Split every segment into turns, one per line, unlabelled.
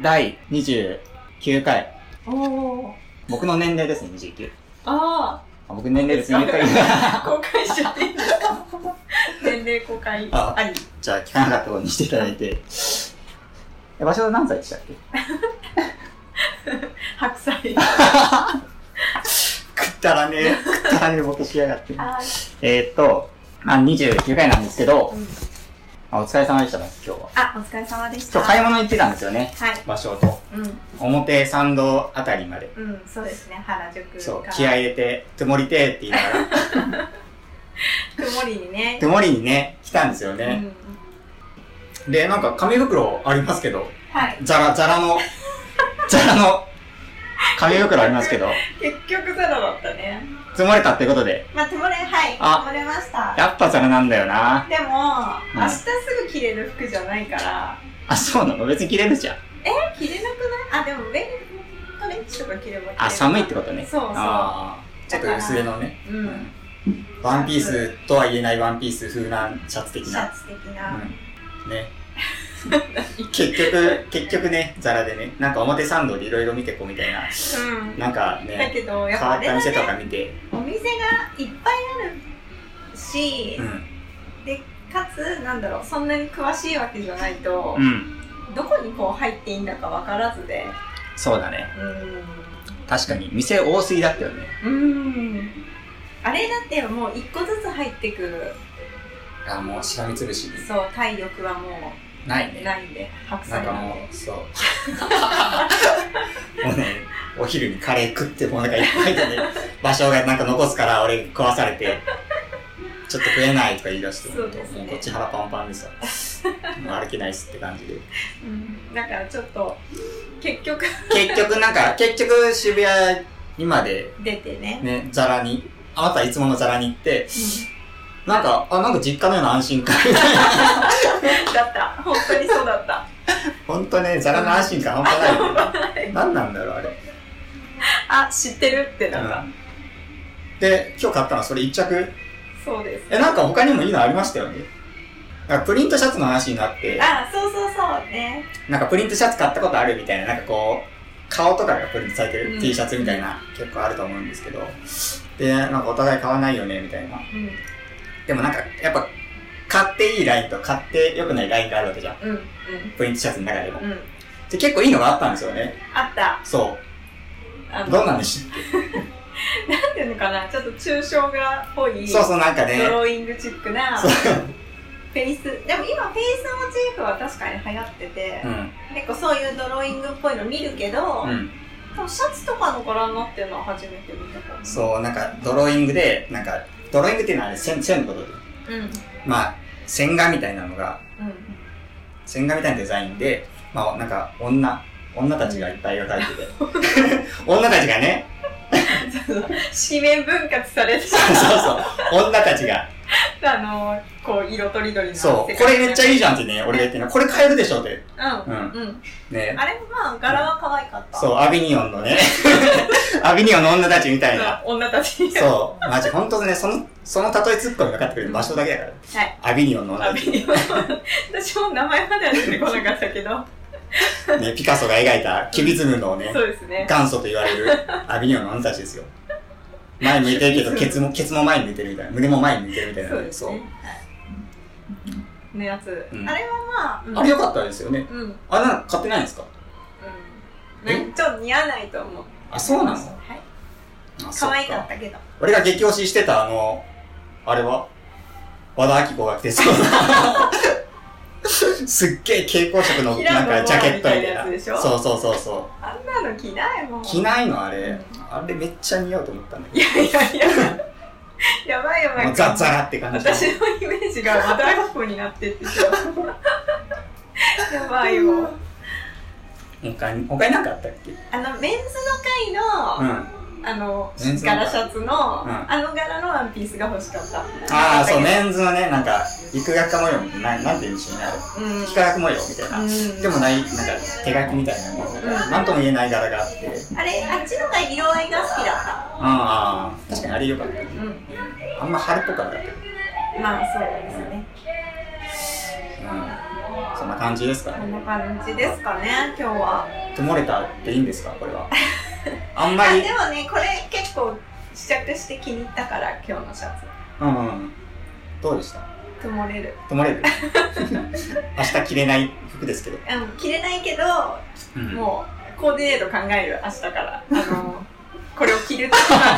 第29回。
おお。
僕の年齢ですね、29。
あ
あ僕年齢です、言った
あ、公開しちゃっていいんで すか年齢公開
あ
あり。
じゃあ、聞かなかったことにしていただいて。え場所は何歳でしたっけ
白菜。
食ったらね、食ったらね、僕しやがって。
はい。
えーっと、まあ、29回なんですけど、
うん
まあお疲れ様でしたね、今日は。
あ、お疲れ様でし
今日
た。
買い物行ってたんですよね。
はい。
場所と。
う
表参道あたりまで。
ん。うん、そうですね。原宿から。
そう、気合い入れて、つもりてーって言いながら、
曇りにね。
つもりにね、来たんですよ
う
ね。
ん。
で、なんか紙袋ありますけど、
はい。
ザラ、ザラ の、ザラの、紙袋ありますけど、
結局ゼロだったね。
積まれたってことで、
まあ、曇れ、はい。
あ
曇れました。
やっぱザラなんだよな。
でも、
うん
明日すぐ着れる服じゃないから、
あ、そうなの別に着れるじゃん。
着れなくないあ、でも上にトレンチとか着れば着れる
あ、寒いってことね。
そうそう
あーちょっと薄手のね。
とうん。
ワンピースとは言えないワンピース風なシャツ的
シャ
な。
ツ的
う
な。
ん。ね。結局、結局ね、ザラでね、なんか表参道でいろいろ見てこうみたいな。
うん。
なんか
だ
ね、
けど、や
変
っぱ
わ
あ
っ
れ
た
だ
店
ね
とか見て、
お店がいっぱいあるし、
うん。
かつなんだろうそんなに詳しいわけじゃないと
う、ん。
どこにこう入っていいんだか分からずで
そうだね。
う
確かに、店多すぎだったよね。
んうんあれだってもう一個ずつ入ってくる
あ、もうしらみつぶしに
そう体力はも
ないね
う。ないんで白
なん
菜
か
な
も
んで
う、 そう。もうね、お昼にカレー食ってもうなんかいっぱいでね、場所がなんか残すから俺食わされて、ちょっと食えないとか言い出して、
そうですね
もうこっち腹パンパンですわ。もう歩けないっすって感じで。
うん、だからちょっと結局
結局なんか、結局渋谷にまで
出てね
ね、ザラに、あなたいつものザラに行って、なんか、あ、なんか実家のような安心感。
うんだった本当にそうだ った
ほんとね、ザラの安心感半端ないよね。何なんだろう、あれ。
あ知ってるってなった、
で、今日買ったのはそれ一着。
そうです
え、なんか他にもいいのありましたよね。なんかプリントシャツの話になって、
あそうそうそうね
なんかプリントシャツ買ったことあるみたいな、なんかこう、顔とかがプリントされて
う
る
ん
T シャツみたいな、結構あると思うんですけど、で、なんかお互い買わないよね、みたいな。
うん
でもなんか、やっぱ、買っていいラインと買って良くないラインがあるわけじゃん。
うんうん
プリントシャツの中でも。
うん
で、結構いいのがあったんですよね。
あった
そ
あ
う。
の
どんなの知っ
なんていうのかなちょっと抽象画っぽい
そうそう、なんか
ド
ね、
ローイングチックな
そう。
フェイスでも今フェイスモチーフは確かに流行ってて
う、ん。
結構そういうドローイングっぽいの見るけど、
うん。
多分シャツとかの柄になってるのは初めて見たかも
そう、なんか、ドローイングで、なんか、ドローイングっていうのはあれ線、線のことで。
ううんうん
まあ、線画みたいなのが、線画みたいなデザインで、まあ、なんか、女、女たちがいっぱい描かれて て。女たちがね、
そう そう紙面分割されて
そうそう、女たちが、
たあのこう色とりどりの
そう、これめっちゃ
い
いいじゃんってね、俺が言ってるの、これ買えるでしょって。
う
うん。
んうん
ね。
あれもまあ柄は可愛かった
そう、アビニオンの ね、アビニオンの女たちみたいな。
うん女たちに
そう、マジ、ほんとね、その、その例えツッコミがかってくる場所だけだから。
はい
アビニオンの女
あ
た
ビ
ち。
デオ私も名前までは出てこなかったけど
ね、ピカソが描いたキュビズムのね、
そうですね
元祖と言われるアビニオンの女たちですよ。前向いてるけ ど、ケツも、ケツも前に向いてるみたいな。胸も前に向いてるみたいな。
そうですねはいのやつ、
うん
あれはまあ、
そ
うん
うあれ良かったですよね。
うん、うん、
あ、なんか買ってないんですかえ
ねちょっと似合わないと思う
あ、そうなの
はい
あそ
可
う
愛かったけど
俺が激推ししてたあの、あれは和田アキ子が着て そう。すっげえ蛍光色のなんかジャケットみたい
平野ノラみたいなやつ
な。
でしょ
そうそうそうそう。
あんなの着ないもん
着ないのあ
う
れ
ん。
あれめっちゃ似合うと思ったんだ
い
け
やいやいややばいやば
ど。も
いう
ザッザラって感じの。
私のイメージがまたラップになってってしまうやば いよ
他に、他になんかあったっけ
あのメンズの
う
会の、
ん。
あの
メンズの会
柄シャツの、
ん
あの柄のワンピースが欲しかった
ああ、そう、
ね
メンズのね、なんか、幾学科模様みたいな、なんて言うんでしょうね、あれ。
うん
幾学模様みたいな。
うん
でもない、なんか、手書きみたいな、
ん
なんとも言えない柄があって。うん、
あれあっちのが色合いが好きだっ
ああ、確かにあれ良かった。
たうん
あんま春っぽくはなかった。うん。
まあそうですね
そうな感じですか
こ
ね
んな感じですかね、今日は。
と漏れたっていいんですかこれ はあんま
あ
り
でもね、これ結構試着して気に入ったから、今日のシャツ。
うんうんうんどうでした
ともれる。
と漏れる 明日着れない服ですけど、
あの、着れないけど、
うん
もう、コーディネート考える、明日から。あの、 これを着る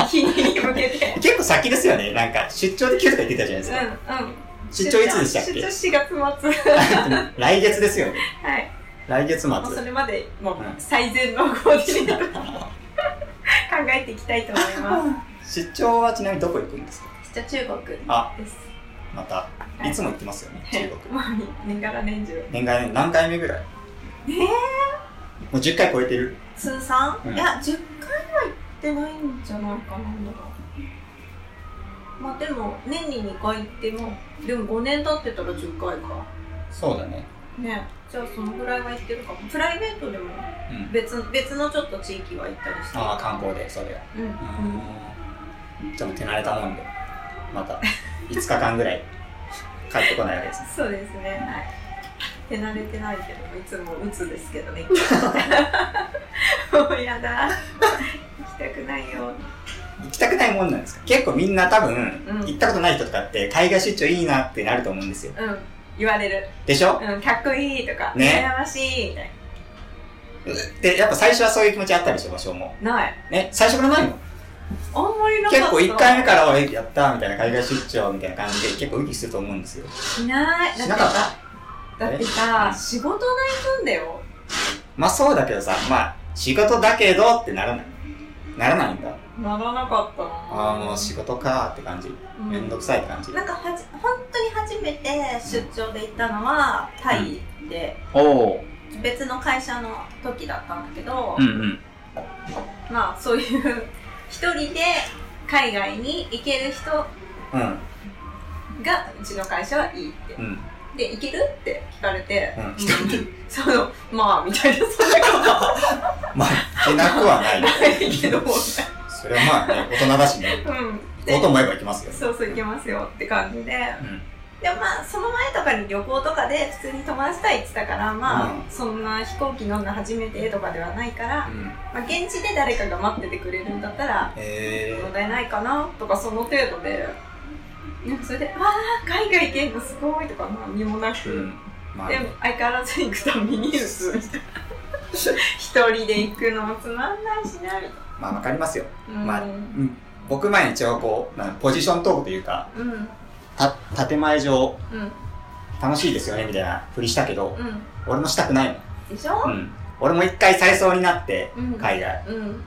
日に向けて。
結構先ですよねなんか出張で着るとか言ってたじゃないで
う
す
ん、
か、
うん。
出張いつでしたっけ
出張4月末。
来月ですよね。
はい。
来月末。
もうそれまで、もう
うん
最善のコーディネート考えていきたいと思いま
出張はちなみにどこ行くんですか
す。じゃあ中国です。
あ
は
また、
い
いつも行ってますよね、
い
中国。
もう年がら年中。
年間ね何回目ぐらい
え
もう10回超えてる。
通算、
うん
いや10回ぐらい行ってないんじゃないかななんだろうまあでも年に2回行ってもでも5年経ってたら10回か
そうだね。
ねじゃあそのぐらいは行ってるかもプライベートでも
うん。
別別のちょっと地域は行ったりして
ああ、観光で、それは。
うん、うん、
うん。ちょっと手慣れたもんで、また5日間ぐらい帰ってこないわけですね。
そうですねはい手慣れてないけどいつも鬱です けどねもうやだ行きたくないよ
行きたくないもんなんですか結構みんな多分、
うん
行ったことない人とかって海外出張いいなってなると思うんですよ。
うん言われる
でしょ
うんかっこいいとか、
ね
羨ましいみたい
で、やっぱ最初はそういう気持ちあったでしょ、場所も。
なない
ね、最初からないの
あんまりなかった
結構1回目から俺やったみたいな海外出張みたいな感じで結構ウキすると思うんですよ
しないだ
し
って
なかっ
さだってさ仕事が行くんだよ
まあそうだけどさまあ仕事だけどってならないならないんだ
ならなかったな
ああもう仕事かーって感じ
うん
めんどくさいって感じ
なんかはじ本当に初めて出張で行ったのはタイで、
おお
別の会社の時だったんだけど、
うんうん
まあそういう一人で海外に行ける人
うん
がうちの会社はいいって
うん
で行けるって聞かれて、
うん一人で
そのまあみたいなそんなこ
まあ行けなくはない
とないけど う
それはまあね大人だしね
ん
行こうと思えば行きますよ
そうそう行けますよって感じで
うん
でもまあその前とかに旅行とかで普通に友達とは行ってたからまあ、
うん
そんな飛行機乗んの初めてとかではないから、
うん
まあ、現地で誰かが待っててくれるんだったら
え
問題ないかなとかその程度でなんかそれで「わあ海外行けんのすごい」とか何もな
ー、
く、
うんまあ
で
ね
も相変わらず行くたびに打つみたいな一人で行くのもつまんないしなみたいな
まあわかりますよ、
うん、
まあ、う
うん
ん、僕前に一応こうなんかポジショントークというか
うん
た建前上
うん
楽しいですよねみたいなふりしたけど、俺もしたくない
でしょ
の、うん、俺も一回されそうになって
うん、
海外
うん、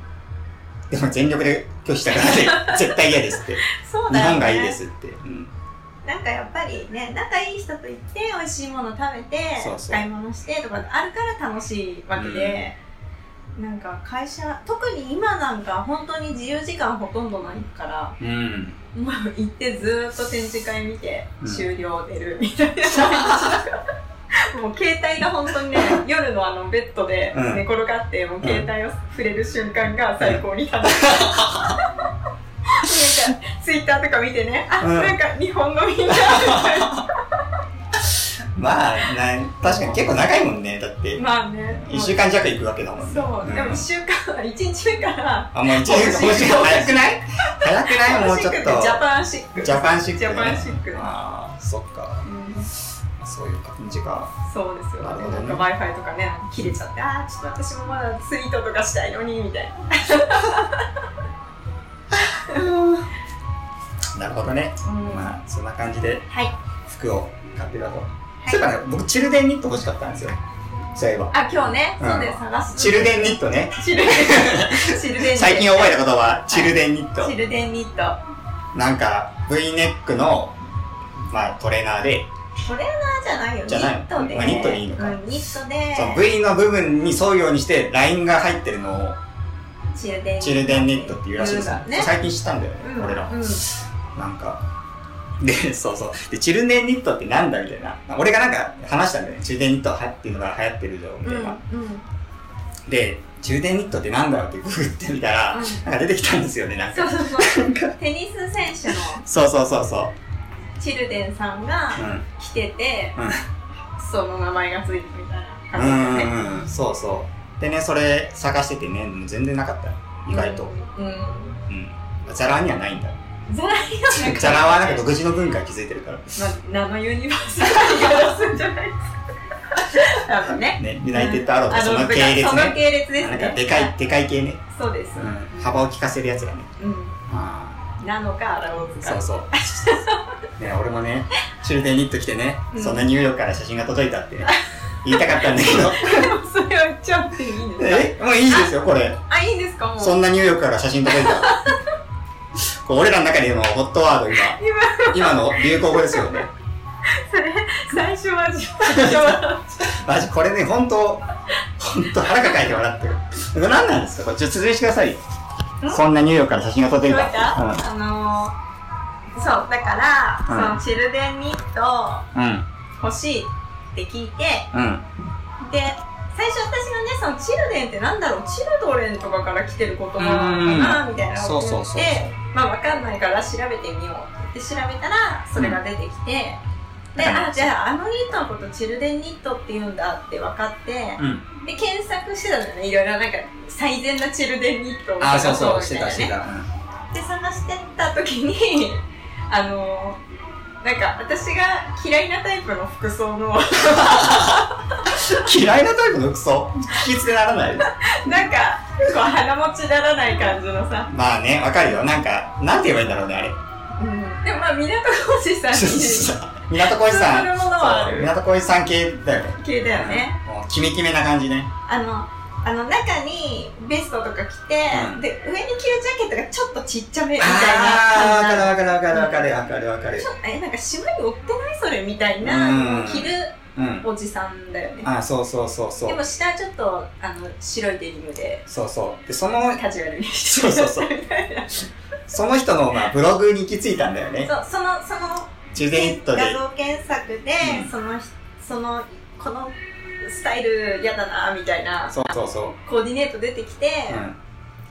でも全力で拒否した からで絶対嫌ですって
そう
日
だよね
本がいいですって、うん、
なんかやっぱりね仲いい人と行って美味しいもの食べて
そうそう
買い物してとかあるから楽しいわけで、なんか会社特に今なんか本当に自由時間ほとんどないから
うん、
もう行ってずーっと展示会見て
うん
終了出るみたいな、 もう携帯が本当にね夜のあのベッドで
うん
寝転がって、もう携帯を触れる瞬間が最高に楽しい。なんかツイッターとか見てね、あ、
うん
なんか日本のみんなみたいな
まあなん確かに結構長いもんねだって
まあね。
1週間弱行くわけだもんね
そう、でも1週間、1日 目から、
あもう1年
欲しい
早く ない早くないもう
楽
ち
し
ょっ
くて
と
ジャパンシック。
ジャパンシック
ジャパンシックね
ああそっか
うん
そういう感じか
そうですよ、
なるほど
な
ね
んか Wi-Fi とかね、切れちゃって、あー、ちょっと私もまだツイートとかしたいのに、みたいな。
なるほどね
は
まあそんな感じで
い。
服を買ってたと、そういえばね僕チルデンニット欲しかったんですよそういえば
あ、今日ね、
うん
そうです、探す。
チルデンニットね
チルデン。チルデ ン。
最近覚えた言葉、チルデンニッ
チ
ト。
ルデンニット。
なんか、V ネックの、まあ、トレーナーで、
トレーナーじゃないよ、
じゃない
ニットで。
まあニットでいいのか
うんニットで、
その V の部分に沿うようにして、ラインが入ってるのを、
チルデン。
チルデンニットっていうらしいですよ
んだね。
最近知ったんだよね、
うん
俺ら。
うん。
なんか。で、 そうそう。で、チルデンニットってなんだみたいな。俺がなんか話したんだよね。チルデンニットはっていうのが流行ってるぞ、み
う
たい
ん。
な。
うん。
で、チルデンニットってなんだろうってググってみたら、
うん
なんか出てきたんですよね、なん
そう
か。
そうそう。
なんか
テニス選手の
そうそうそうそう。
チルデンさんが
うん。
来てて、
うん
その名前がついてるみたいな
うん
感じだよね。
うんうんそうそうでねそれ探しててね全然なかった意外と
う ん。
うんザラにはないんだ
ザラにはなんか
ザラはなんか独自の文化気づいてるから
まあ、ナノユニバーサルにガラスんじゃないですか。なんかね。
ねユナイテッドアローとその系列
その
ね
系列です
な
ね。
んかでかい。でかい系ね、
そうです。
うん、幅を利かせるやつがね
うん。
あ
なのか、アラオ
あ
ズ
そ
か
う。そうね俺もねチュルデンニット着てね、
うん
そんなニューヨークから写真が届いた って言いたかったんだけど
でも それは言っちゃっていいんですか
えもういいですよこれ
あ、いいんですかもう。
そんなニューヨークから写真届いたこれ俺らの中でもホットワード今
今、
今の流行語ですよね
それ、最初は自分で笑っ
マジこれね本当本当腹抱えて笑ってるこれ何なんですかこれちょっと説明してくださいよ
ん
そんなニューヨークから写真が届いた
届いたあのー、そう、だから、
うん
そのチルデンニット
うん
欲しいって聞いて、
うんうん
で、最初私がね、そのチルデンってなんだろう、チルドレンとかから来てる言葉なのかな、みたいな
そうそう
思っ
そう
て、まあわかんないから調べてみようって調べたら、それが出てきて、で、あ、じゃああのニットのことチルデンニットって言うんだって分かって、
うん
で、検索してたのよね、いろいろなんか最善なチルデンニットを
ああそうそうし
探
て
う
た
み
して
いなね
たうん
で、探してった時に、 あの、なんか私が嫌いなタイプの服装の
嫌いなタイプのクソ聞き捨てならない
なんか、こう鼻持ちならない感じのさ。
まあねわかるよなんかなんて言えばいいんだろうねあれ
うん。でもまあ、港浩二さんに似
港小路さん
通ずるものはある
そう港小路さん系だよね
系だよね。
もうキメキメな感じね
あの、あの中にベストとか着て、
うん
で、上に着るジャケットがちょっとちっちゃめみたい
ああ
な
わ
感
か
じ
る
な
わかるわかるわかるわかるわかる
ちょっとえ、なんか島に追ってないそれみたい
うん
な、着る
うん
おじさんだよね。
ああそうそうそうそ
で
う
も下はちょっと、あの、白いデニムで、
そうそうでその
カジュアルに
そ
して
うそう そう
みたいな。そ
その人のまあブログに行き着いたんだよね。
う、その、その、
ジュデニットで
画。像検索で、
うん
そのひそのこのスタイルやだなみたいな
そうそうそう。
コーディネート出てきて、
うん。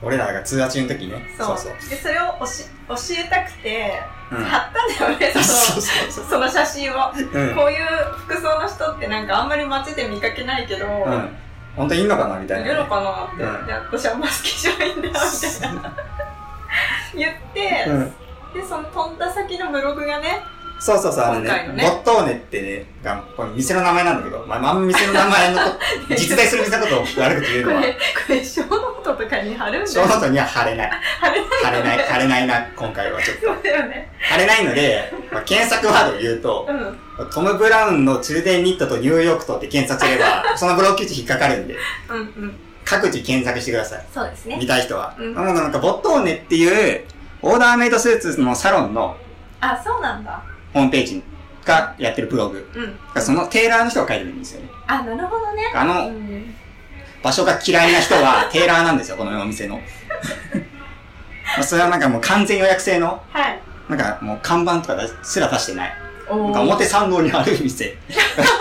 俺らが通話中の時ね。
そう
そう。
でそれを教え教えたくて
うん。
貼ったんだよね、そ
そうそうそう
の。その写真を、
うん。
こういう服装の人ってなんかあんまり街で見かけないけど、
うん。本当にいんのかなみたい
い
な。
るのかなって、
うん
で私あんま好きじゃないんだみたいな言って、
うん
でその飛んだ先のブログがね
そうそうそう、あの
今回の
ね、
ね
ゴットーネってね、が、これ店の名前なんだけど、まあ、まん店の名前のこ、 実在する店のことを悪く言う
こ
のは、
れこれ小ノートとかに貼るんだ
小
よ
ノートには貼れない。
貼れ
貼
ない
れ
よね
ない、貼れないな、今回はちょっと。
そうだよね
貼れないので、まあ、検索ワードを言うと、
うん
トム・ブラウンのチルデンニットとニューヨークとって検索すれ ば、そのブログ記事引っかかるんで、
うんうん、
各自検索してください。
そうですね
見。たい人は。
うん
もうなんか、ボットーネっていう、オーダーメイドスーツのサロンの
あ、そうなんだ。
ホームページがやってるブログ。
うん。
そのテーラーの人が書いてるんですよね。
あ、なるほどね。
あ
う
の、
ん。
場所が嫌いな人 はテーラーなんですよ、このお店の。 それはなんかもう完全予約制の、
はい。
なんかもう看板とかすら出してない。
お
な
ー
んか表参道にある 店。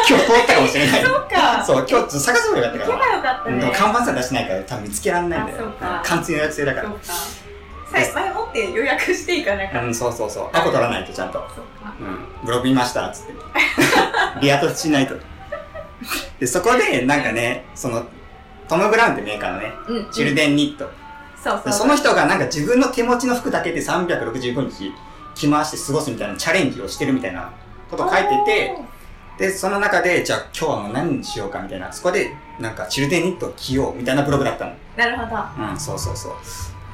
今日通ったかもしれない。
そうか。
そう、今日ちょっと探せばよかった
行
か
けば
ら。
よかった
うん
ね。
でも看板さ出してないから多分見つけられないんだ
あそ
よ
うか。
完全予約制だか
そう
ら。
か。最前もって予約していかなかっ
うん、そうそうそう。アポ取らないとちゃんと。
た。そうか。
うん、ブログ見ましたっつってリアトしないとでそこでなんかねそのトム・ブラウンってメーカーのね
うん。
チルデンニット、
そうそ
で
う。
その人がなんか自分の手持ちの服だけで365日着回して過ごすみたいなチャレンジをしてるみたいなことを書いててでその中でじゃあ今日はもう何にしようかみたいなそこでなんかチルデンニットを着ようみたいなブログだったの
おー。なるほど。
うんそうそうそう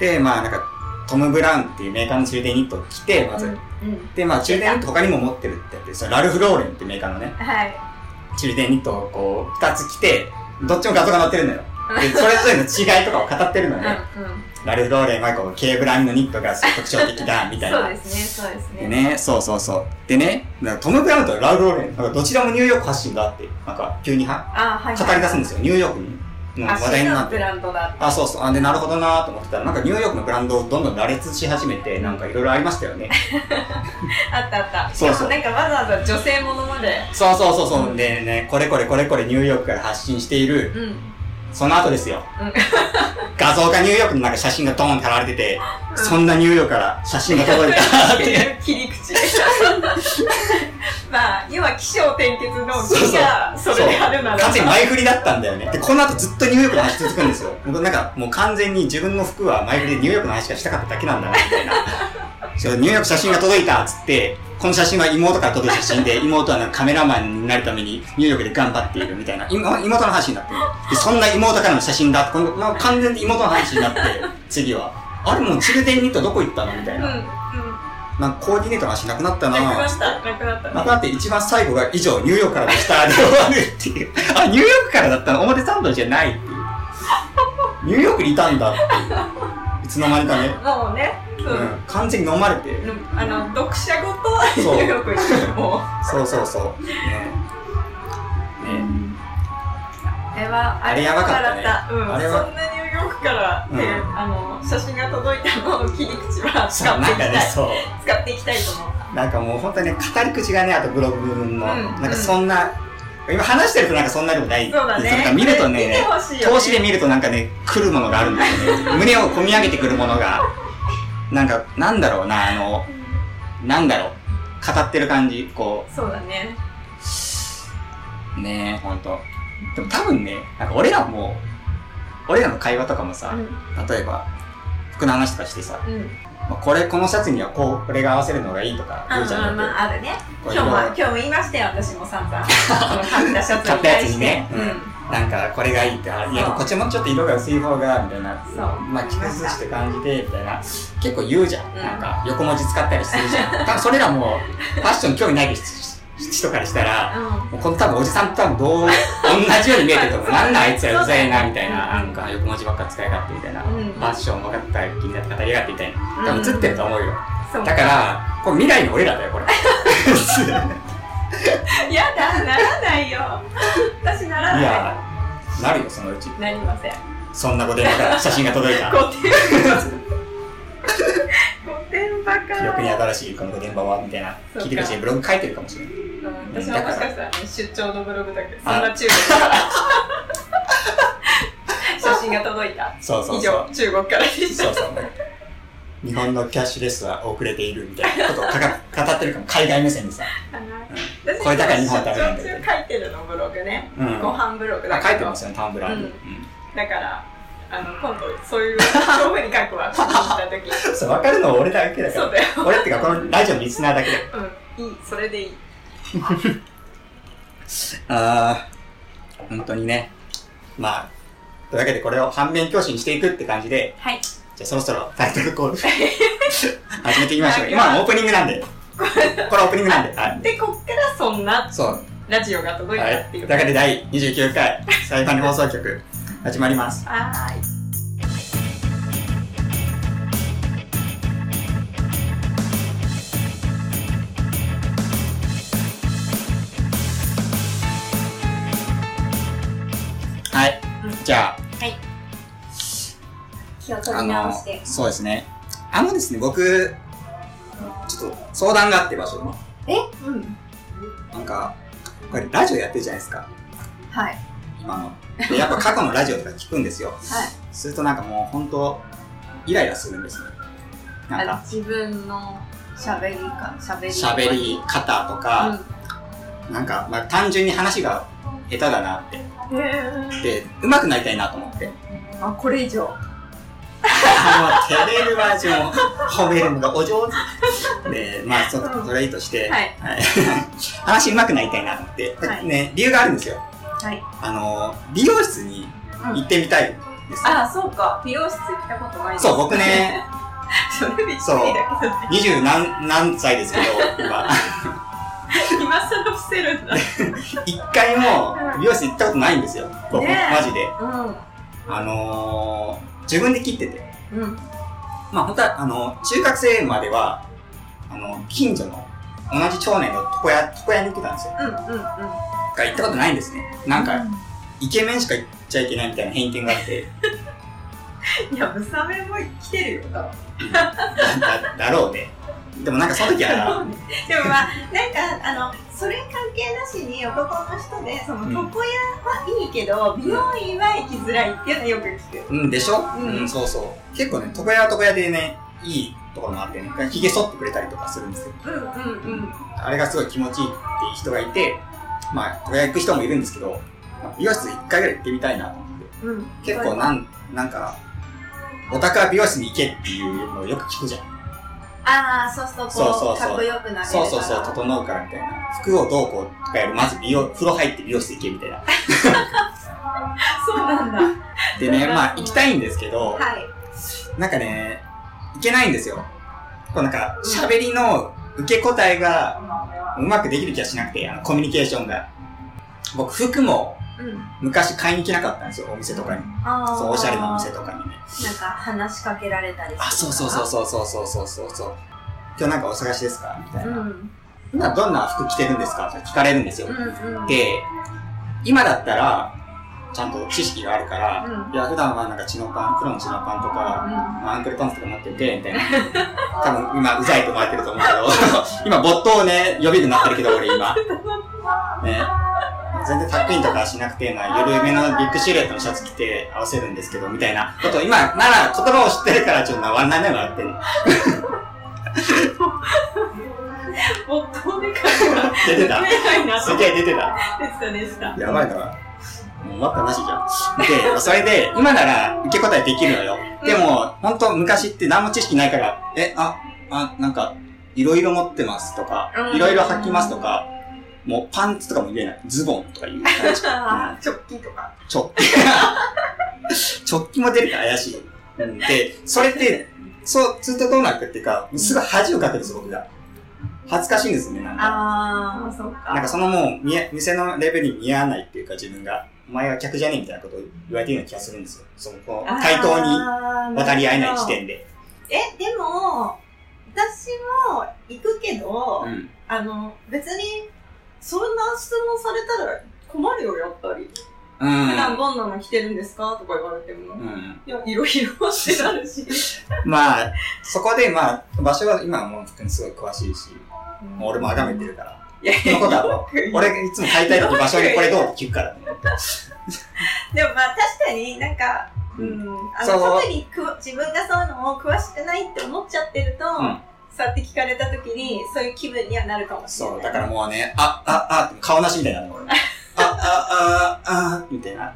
でまあなんかトム・ブラウンっていうメーカーのチルデンニットを着てまず、
うん。うん。
でまあチルデンニット他にも持ってるってやってそのラルフ・ローレンってメーカーのね
はい。
チルデンニットをこう、二つ着て、どっちも画像が載ってるのよ。 で、それぞれの違いとかを語ってるのね。
うんうん。
ラルフ・ローレンはこう、ケーブラ編みのニットがすごい特徴的だ、みたい
そう
な
で。すね。そうです
で
ね。
ね、そうそうそう。でね、なんかトム・ブラウンとラルフ・ローレン、なんかどちらもニューヨーク発信だって、なんか急には
あ、はい。
語り出すんですよ。ニューヨークの
あ、
話題に
新
な
の
って
ブ。ランドだ。
あ、そうそう。あ、で、なるほどなと思ってたら、なんかニューヨークのブランドをどんどん羅列し始めて、なんかいろいろありましたよね。
あったあった。
そうそう
しかもなんかわざわざ女性ものまで。
そうそうそうそう。でね、これこれこれこれニューヨークから発信している、
うん。
その後ですよ。
うん
画像がニューヨークのなんか写真がドーンって貼られてて、
うん
そんなニューヨークから写真が届いたっていう。
切り口。まあ、要は気象転結の気がそ
そう
れであるならば。
完全に前振りだったんだよね。で、この後ずっとニューヨークの話続くんですよ。僕なんかもう完全に自分の服は前振りでニューヨークの話がしたかっただけなんだな、みたいな。そうニューヨーク写真が届いたっつって、この写真は妹から届いた写真で、妹はなんかカメラマンになるためにニューヨークで頑張っているみたいな、妹妹の話になってねで、そんな妹からの写真だって、このまあ完全に妹の話になって、次は、あれもうチルデンニットどこ行ったのみたい
うん、う
な。
ん。
なんかコーディネートの話なくなった
な
な
くなった、なくなった。
まただって一番最後が以上ニューヨークからでしたで終わるっていうあニューヨークからだったの表参道じゃないっていうニューヨークにいたんだっていういつの間にかね、
もうね、そうう。
ん、完全に飲まれて
あの、読者ごと、
そう
ニューヨークにもう。
そうそうそうねね
あれは
あれやばかったね
うん、
あれは
そんなニューヨークから、ね
うん
あの写真が届いたのを切り口は使
そう
っ
な
てい
んか
きたい、
ねそう
使っていきたいと思う
なんかもう本当にね語り口がねあとブログの、
ん
なんかそんな今話してるとなんかそんなでもない
そうだね
なんか見るとね
見てほしいよ、ね、
投資で見るとなんかね来るものがあるんだよね胸を込み上げてくるものがなんかなんだろうなあの
うん
なんだろう語ってる感じこ
そうだね
うねえほんとでも多分ねなんか俺らも俺らの会話とかもさ、例えば服の話とかしてさ、
うん、うん、
まあこれこのシャツにはこうこれが合わせるのがいいとか
あ
言うじゃん
まあまああるね
こう
今日
色
も
々
今日も言いましたよ私も散 々その買ったシャツ
買
に
ったやつ
対して
にね
う
うん
ん
なんかこれがいいってあいや
そう
こっちもちょっと色が薄い方がみたいな
そう
まあ着崩して感じでみたいな結構言うじゃん、
うん
なんか横文字使ったりするじ ゃん多分それらもファッション興味ない人からしたらもうこの多分おじさんと多分どう同じように見えて ると思うなんなんあいつらうざいなみたいななんか横文字ばっか使いやがってみたいな、
うん
ファッション分かった気になった語りやがってみたいな多
うん
分映ってると思うよ、
そう
だからこれ未来の俺らだ よこれ
やだならないよ私ならない
いやなるよそのうち
なりません
そんなこと今から写真が届いた
古典古典バカ
記憶に新しいこの現場はみたいな
そうか
聞いてくるしブログ書いてるかもしれない
うん私はもしかしたら、ね、出張のブログだけどそんな中国 写真が届いた
そうそう
以
そう
上中国からでした
そうそう日本のキャッシュレスは遅れているみたいなことをかか語ってるかも海外目線でさ、
私
これだから日本はダメなんだ
出
よ
張中書いてるのブログね
うん、
ご飯ブログだ
あ
けど
書いてますよねタンブラーに、
う
うんん
だからあの今度そういうそういうふうに書くわ次行った時
そう分かるのは俺だけ だか
そう
ら
だよ、
俺ってかこのラジオのリスナーだけだ
うん、いいそれでいい
ああ本当にねまあというわけでこれを反面教師にしていくって感じで
はい
じゃあそろそろタイトルコー ル始めていきましょ
は
う
い
今のオープニングなんでこれオープニングなんではい
でこっからそんな
そう
ラジオが届い
は
た
い
っ。
と
て
い
いうう
わけで第29回裁判放送局始まります。
はーい
はい
うん。
じゃ
気を
あ、
取
あ
り
の
直して、
そうですね。あのですね、僕、ちょっと相談があって場所に。
えうん
なんか、これラジオやってるじゃないですか。
はい
今の。でやっぱ過去のラジオとか聞くんですよ。
はい
するとなんかもう本当、イライラするんですね。なん
あ
か、
自分の喋りか喋り
喋り方とか、なんか、まあ単純に話が下手だなって。
うん、へえ
で、上手くなりたいなと思って。
あこれ以上
あの照れるバージョン褒めるのがお上手でまあそ
うん
それいいとして、
はい
はい、 話うまくなりたいなと思って、
はい
ね理由があるんですよ
はい
あの美容室に行ってみたいんです、
あそうか美容室行ったことない
そう僕ね
それびっくりだ
そう
けどね
二十何何歳ですけど今
今更伏せるんだ
一回も美容室行ったことないんですよ僕、
ねえ
マジで
う
あのー自分で切ってて
んうん
まあ本当はあの中学生まではあの近所の同じ町内の床屋床屋に行ってたんですよ
うんうんうん
が行ったことないんですねなんか
う
イケメンしか行っちゃいけないみたいな偏見があって
んいやブサメも来てるよ多分
だだろうねでもなんかその時は
でもまあなんかあのそれ関係なしに男の人でその
うん
床屋はいいけど美容院は行きづらいっていうのよく聞く
うんでしょ、
うん
うん、そうそう結構ね床屋は床屋でねいいところもあってね、髭剃ってくれたりとかするんですよ。
うんうんうん。
あれがすごい気持ちいいっていう人がいて、まあ、親行く人もいるんですけど、まあ美容室1回ぐらい行ってみたいなと思って。
うん、
結構なん、なんか、お高美容室に行けっていうのをよく聞くじゃん。
ああそうそうこう
そうそうそう
かっこよくなれるから
そうそうそう、整うからみたいな。服をどうこうとかより、まず美容、風呂入って美容室行けみたいな。
そうなんだは
でね、まあ行きたいんですけど、
い
なんかね、いけないんですよ。こうなんか、喋りの受け答えがうまくできる気がしなくて、あの、コミュニケーションが。僕、服も
うん
昔買いに行けなかったんですよ、お店とかに。
あー
そう、おしゃれなお店とかにね。
なんか話しかけられたりする
あ、そうそうそうそうそうそうそうそうそう。今日なんかお探しですかみたいうな。
んうん
今どんな服着てるんですかって聞かれるんですよ。
うん
で、今だったら、ちゃんと知識があるから、
うん
いや、普段はなんかチノパン、黒のチノパンとか、
うん
まあアンクルパンツとか持ってて、みたいな。 多分今、うざいと思われてると思うけど、 今、ボットをね、予備軍になってるけど、俺今。ね。全然タックインとかしなくて、まあ、緩めのビッグシルエットのシャツ着て合わせるんですけど、みたいなことを今、なら言葉を知ってるから、ちょっとな笑わないのがあってんの
夫でから
出て た。
出ないな
す
と
げえ出てた。
でしたでした
や ばいな。もう待ったなしじゃん。で、それで、今なら受け答えできるのよ。でも、ほんと昔って何も知識ないから、え、あ、あ、なんか、いろいろ持ってますとか
う、ん
いろいろ履きますとか、もうパンツとかも言えない。ズボンとか言う感 じ。
あー直近とか
直 帰。直帰も出るから怪しい。うんで、それって、そう、ずっとどうなるかっていうか、すぐ恥をかくんですよ、僕が。恥ずかしいんですね、なんか。
ああそう
なん
か
かそのもう見え、店のレベルに見合わないっていうか自分が、お前は客じゃねえみたいなことを言われてるような気がするんですよ。その、こう、対等に
に
渡り合えない時点で。
えでも私も行くけど、
うん。
あの別にそんな質問されたら困るよやっぱり、
う
普段
ん。
どんなの着てるんですかとか言われても、
う
い
ん、
やいろいろってなるし、
まあ、そこでまあ、場所は今はもう普通にすごい詳しいし、 もう俺も崇めてるから。
いやい
そのことはもう、
や
俺がいつも買いたい時場所にこれどうって聞くからね。
でもまあ確かになんか、うんあ
そ
の
う
特にく自分がそういうのを詳しくないって思っちゃってると、
うん
そうやって聞かれた時にそういう気分にはなるかもしれない
そう、だからもうね、あ、あ、あ、顔なしみたいな の俺。あ、あ、あ、あ、みたいな。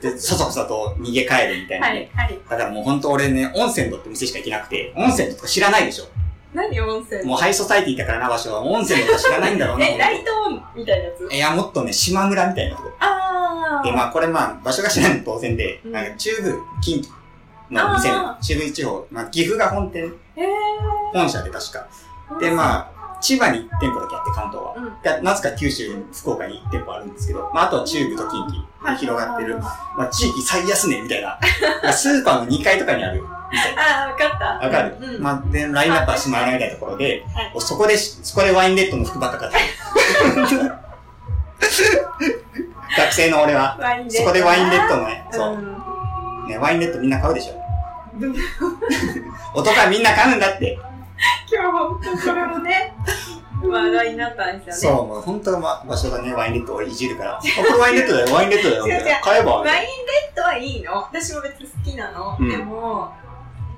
で、そそくさと逃げ帰るみたいな
は
ね。
いはい
だからもうほんと俺ね、温泉ドって店しか行けなくて、温泉ドとか知らないでしょ。
何温泉
もうハイソサイティだからな場所は、温泉ドとか知らないんだろうな。
え
ほんと
ライトオンみ たいなやつ
いや、もっとね、島村みたいなとこ。
あ
で、
ー
まあこれまあ場所が知らないの当然で、
うん
なんか中部、近畿の店
あ
の、中部地方、まあ岐阜が本店、
へえ
本社で確か。
ー、
で、まあ、千葉に1店舗だけあって、関東は。
うん
でなぜか九州、福岡に1店舗あるんですけど、まああとは中部と近畿に広がってる、
あ
まあ地域最安値みたいな、 スーパーの2階とかにある店。
あ、わかった。
わかる、
うん。
まあ、で、ラインナップはしまわないみたいなところで、
はい
おそこで、そこでワインレッドの服ばっか買って る学生の俺は、
ワインレッド。
そこでワインレッドのね、そうう、
ん。
ね、ワインレッドみんな買うでしょ。 男はみんな買うんだって。
今日本当これもね、話題になったんです
そう
よね。、
もう本当は、ま、場所がね、ワインレッドをいじるから、あ、これワインレッドだよ、ワインレッドだよ、みたい
違う違
な
う
買えば、
ワインレッドはいいの。私も別に好きなの。
うん
でも、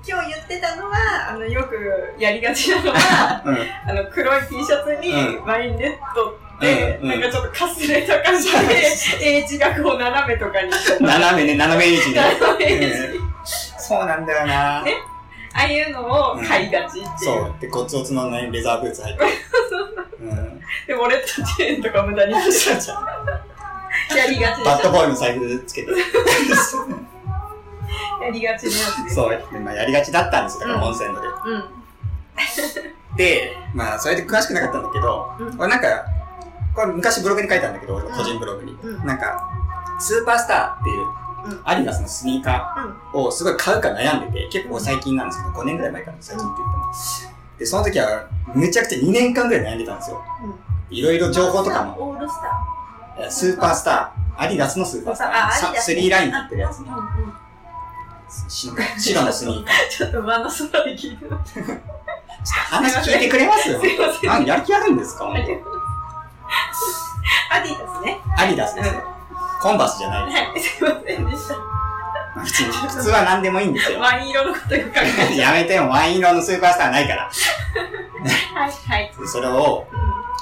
今日言ってたのは、あの、よくやりがちなの は、
うん、
あの、黒い T シャツに
う
ワインレッドって、
うんうん
なんかちょっとかすれた感じで、 英字がこう斜めとかにこう。
斜めね、斜めエイジね。
斜めに
そうなんだよな
ねああいうのを買いがちっていう。
そう、で、ゴツゴツのね、レザーブーツ履い て。うん
でも俺たちとか無駄にやりがちで
バッ
し
ド
ょ
ボーイの財布つけ て。
やりがちなやつです
そう、まあ、やりがちだったんですよ、だから
うん
温泉ので。
うん
で、まあ、それで詳しくなかったんだけど、
うん
俺なんか、これ昔ブログに書いたんだけど、俺の個人ブログに。
うん
なんか、スーパースターっていう、
うん
アディダスのスニーカーをすごい買うか悩んでて、結構最近なんですけど、5年ぐらい前から最近って言っても。で、その時は、めちゃくちゃ2年間ぐらい悩んでたんですよ。いろいろ情報とかも、
オールスタ
スーパースター、アディダスのスーパースター、
あアディダス
スリーラインって言ってる
ー
やつね。
うんうん
白のスニーカー。
ちょっと場の空で聞いてます
話聞いてくれますよ
す。いません
なんやる気あるんですか
ア
本
ディ
当
ダスね
アディダスですよ。コンバースじゃない
はいすいませんでした
普通に、普普通は何でもいいんですよ。
ワイン色のことが書かれてる。
やめてもワイン色のスーパースターはないから。
はい、はい。
それを、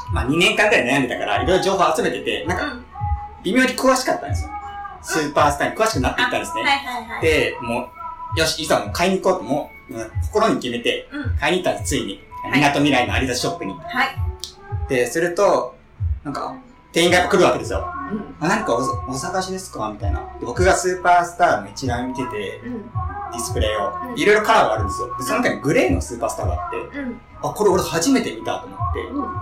うん。
まあ2年間くらい悩んでたから、いろいろ情報集めてて、なんか
うん
微妙に詳しかったんですよ。スーパースターに詳しくなっていったんです
はい
ね。
はいはい。
で、もう、よし、いざもう買いに行こうと、もう、うん心に決めて、
うん。
買いに行ったんです、ついに。
い
港未来の有田ショップに。
はい。
で、すると、なんか、店員がやっぱ来るわけですよ。
うん。
あなんかおお探しですかみたいな。で僕がスーパースターの一覧見てて、デ
うん。
ィスプレイを
う。ん
いろいろカラーがあるんですよ。で、その中にグレーのスーパースターがあって、
うん。
あ、これ俺初めて見たと思って。
うん。
っ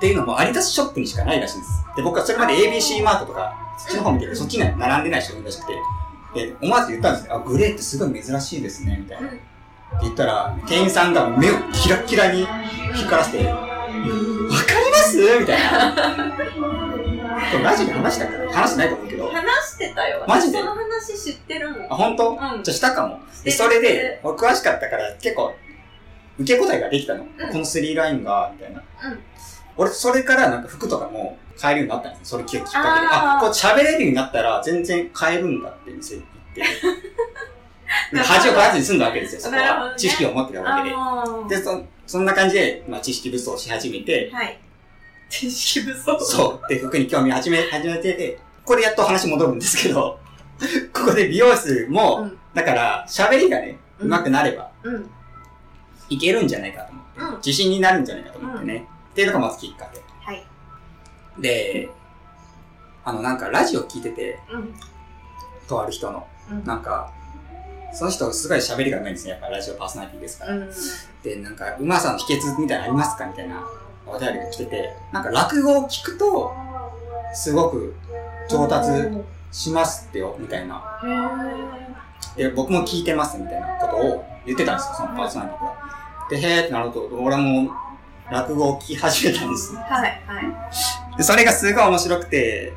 ていうのも、有田ショップにしかないらしいんです。で、僕はそれまで ABC マートとか、そっちの方見てて、そっちには並んでない人がいるらしくて、で、思わず言ったんですよ。あ、グレーってすごい珍しいですね、みたいな。
うん
って言ったら、店員さんが目をキラッキラに光らせて、わかりますみたいな。これラジオで話したから話してないと思うけど。
話してたよ。
マジで
私その話知ってるもん。
あ、本当？
うん
じゃあしたかも。で、
して
そ
る
れで、俺詳しかったから、結構、受け答えができたの。
ん
このスリーラインが、みたいな。
うん
俺、それからなんか服とかも買えるようになったんですよ。それきっかけで。
あー
あこう喋れるようになったら、全然買えるんだって店に行 って。で恥をかかずに済んだわけですよ、そこ
なるほど
は。
ね
知識を持ってたわけで。
あー
で、そ、そんな感じで、まあ、知識武装し始めて、
はい。知識不足。
そう。で、服に興味始め、始めてて、これやっと話戻るんですけど、ここで美容室も、
うん。
だから、喋りがね、
うん
上手くなれば、
うん。
いけるんじゃないかと思って、
うん
自信になるんじゃないかと思ってね。っていうのがまずきっかけ。
はい。
で、あの、なんか、ラジオ聞いてて、
うん。
とある人の、
うん。
なんか、その人、すごい喋りが上手いんですね。やっぱ、ラジオパーソナリティですから。
うん。
で、なんか、うまさの秘訣みたいなのありますかみたいなお便りが来てて、なんか、落語を聞くと、すごく上達
へ
しますってよ、みたいな。
ー
で、僕も聞いてます、みたいなことを言ってたんですよ、そのパーソナリティが。で、へーってなると、俺も落語を聞き始めたんです。
はい。は
で、それがすごい面白くて、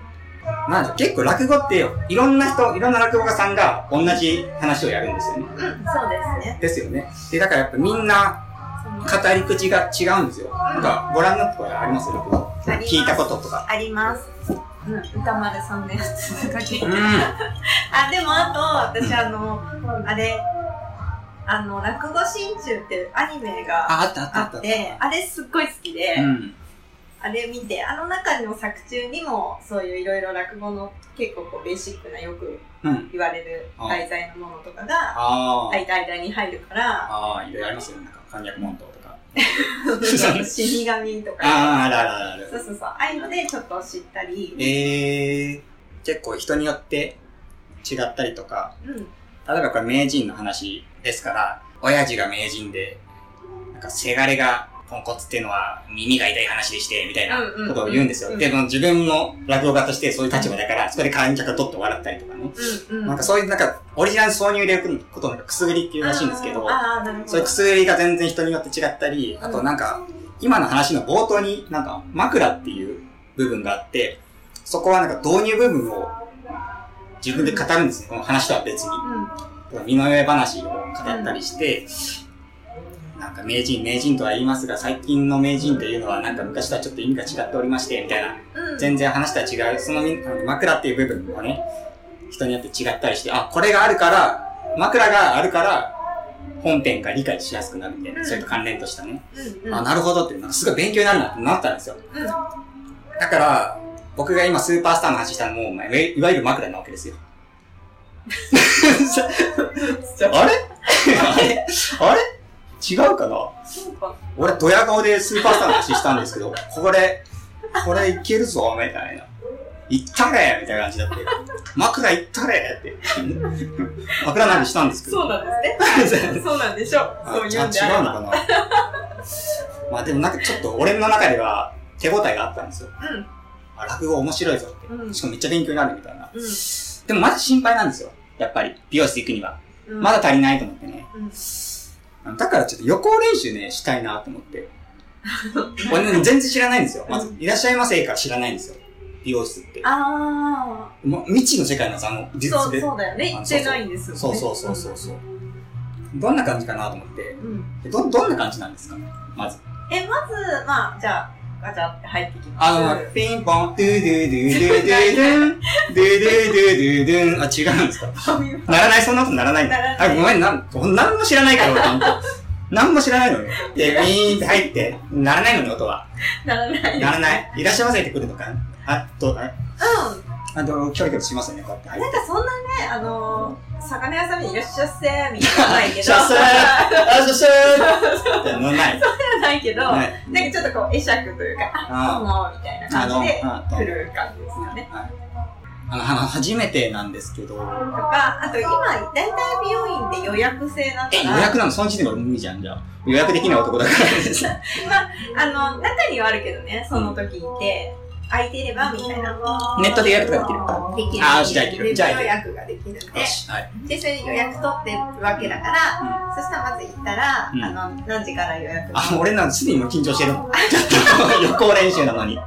なんでしょう、結構落語って、いろんな人、いろんな落語家さんが同じ話をやるんですよね。
い。うん。そうですね。
ですよね。で、だからやっぱみんな
その
語り口が違うんですよ。なんか、ご覧になったことあります落語。
あります
聞いたこととか。
あります。うん。歌丸さんのやつだけ
う。ん。
あ、でもあと、私あの、あれ、あの、落語心中っていうアニメが
あ、あったあったあ
あ
った。
って、あれすっごい好きで、
うん。
あれ見て、あの中の作中にも、そういういろいろ落語の結構こうベーシックなよく
うん。
言われる題材のものとかが、
あー。
間間に入る から、
あー、いろいろありますよ。なんか、簡略問答とか。
死神とか、
あー、あるあるあるあ
そう
る。
そうそう、ああいうのでちょっと知ったり、
えー、結構人によって違ったりとか、
うん、
例えばこれ名人の話ですから、親父が名人で、なんかせがれがポンコツっていうのは耳が痛い話でして、みたいな
うんうん
ことを言うんですよ。
うん
で、その自分も落語家としてそういう立場だから、そこで観客を取って笑ったりとかね。
うん、うん。
なんかそういうなんか、オリジナル挿入でくことなんかくすぐりっていうらしいんですけど、
あーあー、なるほど。
そういうくすぐりが全然人によって違ったり、あとなんか、今の話の冒頭になんか枕っていう部分があって、そこはなんか導入部分を自分で語るんですね、この話とは別に。
うん、
身の上話を語ったりして、なんか名人、名人とは言いますが、最近の名人というのはなんか昔とはちょっと意味が違っておりまして、みたいな。
うん、
全然話とは違う。そのみあの枕っていう部分もね、人によって違ったりして、あ、これがあるから、枕があるから、本編が理解しやすくなるみたいな、
うん
それと関連としたね。
うん、うん、
あ、なるほどって、なんかすごい勉強になるなってなったんですよ。
うん、
だから、僕が今スーパースターの話したのも、まあいわゆるいわゆる枕なわけ ですよ。 あれ あれあれ違うかな
そうか。
俺、ドヤ顔でスーパースターの話したんですけど、これ、これいけるぞ、みたいな。いったれみたいな感じだって。枕いったれって。 枕なんでしたんですけど。
そうなんですね。そうなんでしょう。
あ
そう
じゃ
言
あ
う
違
んであ
う
れ
の
ば。
かな まあでもなんかちょっと俺の中では手応えがあったんですよ。
うん、
あ、落語面白いぞって。
うん
しかもめっちゃ勉強になるみたいな。
うん、
でもまだ心配なんですよ。やっぱり。美容室行くには。
うん
まだ足りないと思ってね。
うん
だからちょっと予行練習ね、したいなと思って。俺ね、全然知らないんですよ。まず、いらっしゃいませから知らないんですよ。美容室って。
あ
もう未知の世界なんです、あの、
あ、
実
そう
で。
そうだよね。言ってないんですよね。
そうそうそうそうそう。どんな感じかなと思って。
うん。
ど、どんな感じなんですかまず。
え、まず、まあ、じゃあ、ガチャって入ってきます。
あの、ピンポン、ドゥドゥドゥドゥドゥドゥン、ドゥドゥドゥドゥドゥン、あ、違うんですか
ファミマ
ならない、そんなことならないの
ならない
あ、ごめん、なん、なんも知らない から、俺、ほんと。なんも知らないのよ。で、ウィーンって入って、ならないのね、音は。
ならない。
ならない。いらっしゃいませって来るのかなあと、あ
うん。
あと、キョロキョロしますよね、こうやって入って。
なんかそんなね、あのー、魚屋さんにいらっしゃっせーみたいなのはな いけど。
シャッセーあ、そしてーってのない。
ー ないけど、な
なん
か
い。
ちょっとこう、会釈というか、あ、どう
あ
も、みたいな
あ
感
の、
じで
あ
来る感じですかね。
あの、あの初めてなんですけど、
とか、あと今、大体美容院って予約制だか
え、
ら、
予約なのその時点で俺無理じゃん、じゃあ。予約できない男 だからです。
あの、中にはあるけどね、その時って、空いてればみたいな。
ネットで予約とかできる
できる。
あーじゃあいけるじゃあいけ
予
る
約ができるんで。
よし、はい。
で、それで予約取ってるわけだから、そしたらまず行ったら、
うん
あの、何時から予約
あ、俺なんかすでにもう緊張してる。ちょっと予行練習なのに。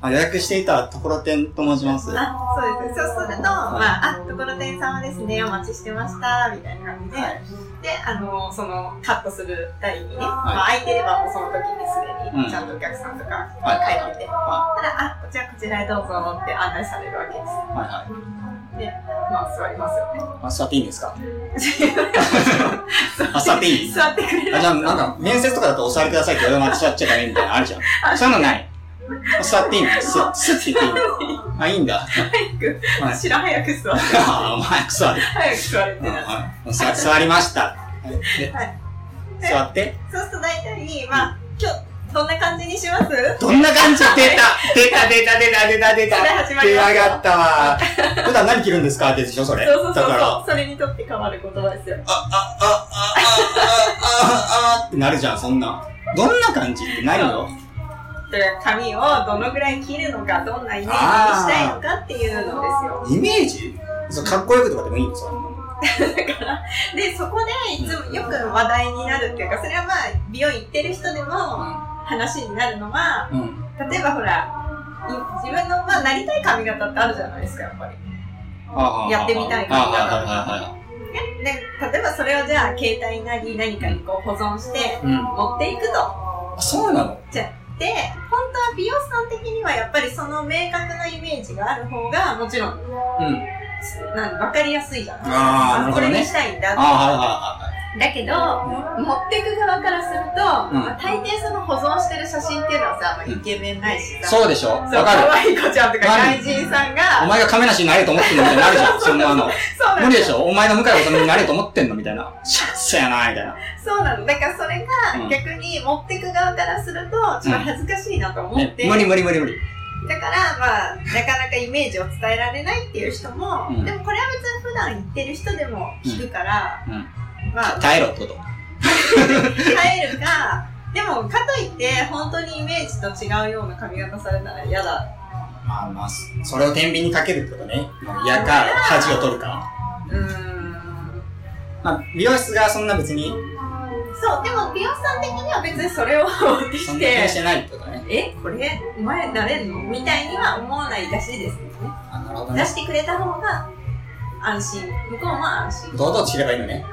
あ予約していたところてんと申します。は
あ、そうです。そうすると、まあ、あ、ところてん様ですね、お待ちしてました、みたいな感じで、
い。
で、あの、その、カットする台にね、まあ、空いてればもうその時にすで
うん
に、ちゃんとお客さんとか
はい
書いてて、
は
ただ、あ、じゃあこちらへどうぞって案内されるわけ
い
です。
は
まあ、座りますよね。
い。あ、座っていいんですかあ、
座
座
っ
ってていい
座ってくれる。
あ、じゃあなんか面接とかだとお座りくださいって俺も座っちゃダメみたいなのあるじゃん。そういうのない。座っていいのす、すって言っていいのあ、いいんだ。はい
白早く座って、
あ、お前座る。
早く座れって
うん
なって。
はい座座りました。はいで
はい
座って。
そうすると大体、まあ、今日、どんな感じにします
どんな感じ出た出た出た出た出た出
それ始ま
た
り
出
ますよ
やがったわ普段何着るんですかってでしょそれ。
そうそうそ
だ
う
から、あ、
そう、それにとって変わる言葉ですよ。
あ、あ、あ、あ、あ、あ、あってなるじゃん、そんな。どんな感じってないよ。
だから髪をどのぐらい切るのか、どんなイメージにしたいのかっていうのです よ。
イメージそうかっこよくとかでもいいのそれ
で、そこでいつもよく話題になるっていうか、それはまあ、美容院行ってる人でも話になるのは、
うん。うん。
例えばほら、い自分のまあなりたい髪型ってあるじゃないですか、やっぱり。
ああ
やってみたい
ああ、
で、例えばそれをじゃあ、携帯なり何かにこう保存して、
はいはいはいはい。
持っていく
う
と。
ん。あ、そうなの
で、本当は美容師さん的にはやっぱりその明確なイメージがある方が、もちろん、
うん。
なん分かりやすいじゃないです
あーな
か。
る
こ
ほど
れ
ね
にしたいんだって
ああ、
だけど、
はいはいはい。
持ってく側からする
う
と、
ん
まあ、大抵その保存してる写真っていうのはさ、まあ、イケメンないしさ、
そうでしょわ
そう
かる。
可愛い子ちゃんとか
わか
外
る
人さん
お
が、
前が亀梨になれると思ってんのみたいになるじゃん、そんなの。
そうな
無
の
理でしょお前の向井理になれると思ってんのみたいな。シャッサやな、みたいな。
そうなの。だからそれ
う
が
ん
逆に持ってく側からすると、ちょっと恥ずかしいなと思っ
ね
て、
無理無理無理無理。
だからまあ、なかなかイメージを伝えられないっていう人も、
うん
でもこれは別に普段言ってる人でも聞くから、
うんうん
まあ、
耐えろってこと。
耐えるか、でもかといって本当にイメージと違うような髪型されたら嫌だ
まあまあ、それを天秤にかけるってことね。嫌か、恥を取るか。
うーん
まあ、美容室がそんな別に、
そう、でも美容師さん的には別にそれを持って
そ
き、
んな気にしててないってことね。
え、これ、お前なれんのみたいには思わないらしいですね。
あ、なるほど
出
ね。
してくれた方が安心。向こうも安心。
堂々と知ればいいのね。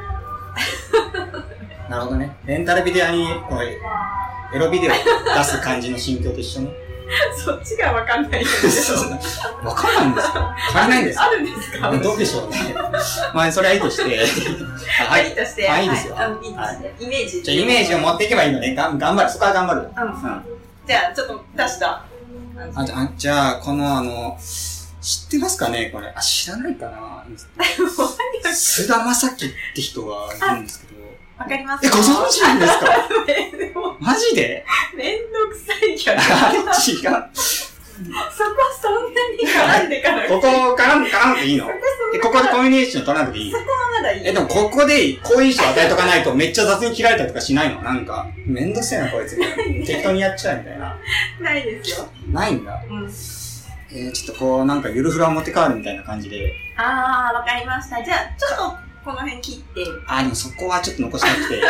なるほどね。レンタルビデオに、この、エロビデオ出す感じの心境と一緒ね。
そっちがわかんないけど。
わかんないんですか足りないんですか
あるんですか
どうでしょうね。まあ、それはいいとして。
は、
はいい。
として。
あいいですよ
はあいいとしてイメージ。
じゃあイメージを持っていけばいいのね。がん頑張る。そこは頑張る。
うん。
うん。
じゃあ、ちょっと出した。
あ、じゃあ、じゃあこのあの、知ってますかねこれ。あ、知らないかな須田まさきって人がいるんですけど。
わかります
え、ご存知なんですか
めんど
マジで
めんどくさいキャ
あ
ラ。
れ違う。
そこそんなに絡んでから。
ここ絡む、絡むといいの
そこ
え、ここでコミュニケーション取らなくていい
そんなまだいい。
え、でもここで好印象与えとかないとめっちゃ雑に切られたりとかしないのなんか、めんどくせえなこいつ。適当にやっちゃうみたいな。
ないですよ。
ないんだ。
うん。
えー、ちょっとこう、なんかゆるふらを持って帰るみたいな感じで。
あー、わかりました。じゃあ、ちょっと、この辺切って。
あー、でもそこはちょっと残したくて。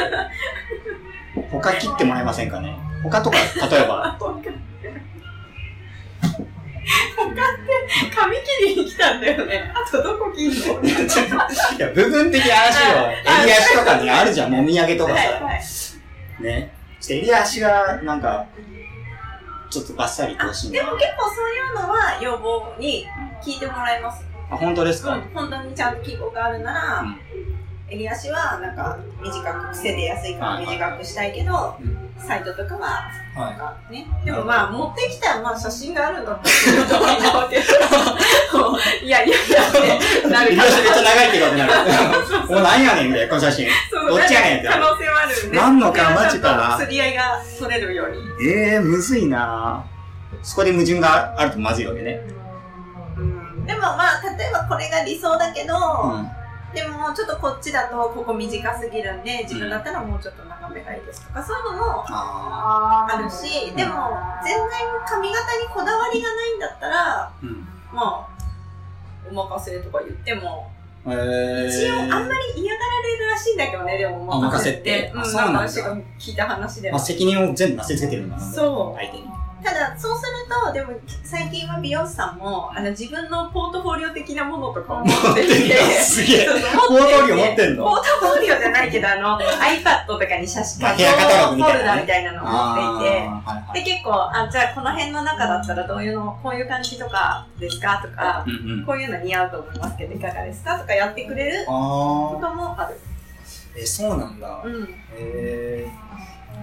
他切ってもらえませんかね他とか、例えば。
他って、髪切りに来たんだよね。あとどこ切るのはい
や、部分的な話よ。
あ
襟足とかにあるじゃん、もみあげとか
い、
さ。
はい。
ね。ちょっと襟足が、なんか、ちょっとバッサリ更新
でも結構そういうのは要望に聞いてもらいます。
あ本当です
う
か、
ん、本当にちゃんと記号があるなら、
うん
襟足はなんか短く癖で安いから
はいはい
短くしたいけど、
うん
サイトとかはなん
は
かね、でもまあ持ってきたらまあ写真があるんだったらどうにかってこ ういやいやいやってなる
い。
か
めっ
ら
ちゃ長いけどになる。 もうなんやねんみたいな、この写真。
そう
どっちやねんって
可能性はあるんで
なんの かマジかな
釣り合いが取れるように
ええむずいなそこで矛盾があるとまずいわけね。
うんでもまあ例えばこれが理想だけど、
うん。
でもちょっとこっちだとここ短すぎるんで自分だったらもうちょっと長めがいいですとかそういうのも
ああ。
あるし、でも全然髪型にこだわりがないんだったら
うん。
まあお任せとか言っても
え
一応あんま
ー。
り嫌がられるらしいんだけどねでもお任せって
あお
う
任せってあ
ん、
そうなんだ
か私が聞いた話で
まあ、
は
責任を全部なせつけてるんだな
そう
相手に。
ただそうするとでも最近は美容師さんもあの自分のポートフォリオ的なものとかを持っていて
すげえ。
そうそう
ポートフォリオ持ってん
ポー
の
トフォリオじゃないけど、あの、iPad とかに写真、
まあ部屋カタログみ
フォ
たい
ル
な
ダ
ね
みたいなのを持っていて、
あーはいはい。
で、結構、あ、じゃあこの辺の中だったらどういうの、こういう感じとかですかとか、
うんうん。
こういうの似合うと思いますけど、いかがですかとかやってくれるこ
ああ。
ともある。
え、そうなんだ。
うん。
え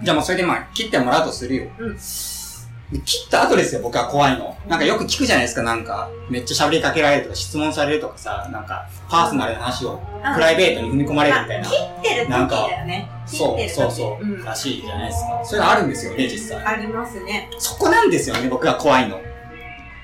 ー。じゃあもうそれでまあ、切ってもらうとするよ。
うん
で切った後ですよ、僕は怖いの。なんかよく聞くじゃないですか、なんか、めっちゃ喋りかけられるとか、質問されるとかさ、なんか、パーソナルな話をプライベートに踏み込まれるみたいな
あ切ってる時
なんか
だよね。切っ
そ
て
う
る時。
そうそう、
ん
らしいじゃないですか。そういうのあるんですよね、実際。
ありますね。
そこなんですよね、僕が怖いの。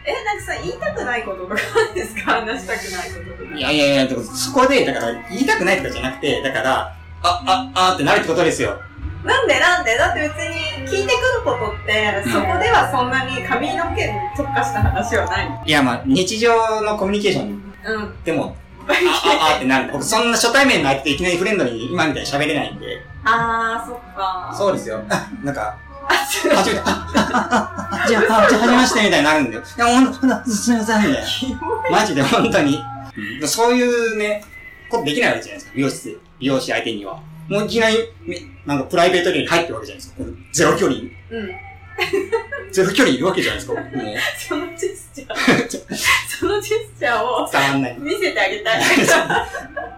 え、なんかさ、言いたくないこととかあるんですか話したくないこととか。
いやいやいや、だからそこで、だから言いたくないとかじゃなくて、だから、あ、あ、あーってなるってことですよ。
なんでなんでだって別に聞いてくることって、
うん
そこではそんなに髪の毛に特化した話はない。
いや、まあ、日常のコミュニケーション
うん。
でも、あ、あ、あーってなる。僕、そんな初対面の相手といきなりフレンドに今みたいに喋れないんで。
あー、そっか。
そうですよ。あなんか、初めて、あ、あ、あ、あ、じゃあ、あじゃあ、はじめましてみたいになるんで。いや、ほんと、ほんとすみません、みたいな。マジで本当に。うんそういうね、ことできないわけじゃないですか。美容室、美容師相手には。もういきなり、みなんかプライベートエリアに入ってるわけじゃないですか。このゼロ距離、
うん。
ゼロ距離いるわけじゃないですか。もう、伝
そのジェスチャー。そのジェスチャーを
わんない。も
見せてあげたい。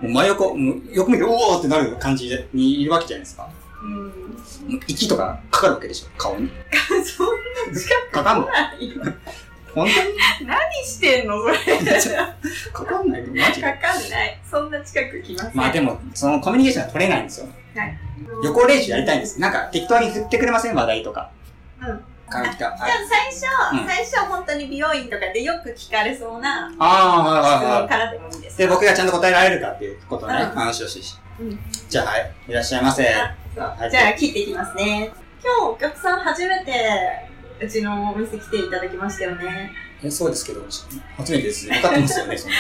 う真横、もう横見て、おーってなる感じにいるわけじゃないですか。
う
も
ん。
う息とかかかるわけでしょ、顔に。
そん
かかんの
なに
本
何してんのそれ。
当にかかんないよ、マジで。
かかんない。そんな近く来ません。
まあでも、そのコミュニケーションが取れないんですよ。
はい
予行練習やりたいんです。なんか適当に振ってくれません話題とか。
うん。
髪切った。
じゃあ
はい
最初、
うん
最初本当に美容院とかでよく聞かれそうな質
ああ、はいはいは
問
い。
からでもいいです。
で、僕がちゃんと答えられるかっていうことをね、
うん
話をしてし
うん。
じゃあ、はい。いらっしゃいませ。
あ
は
そう
い
じゃあ切っていきますね今日お客さん初めてうちのお店来ていただきましたよね
えそうですけど、初めてですね。分かってますよね、そんな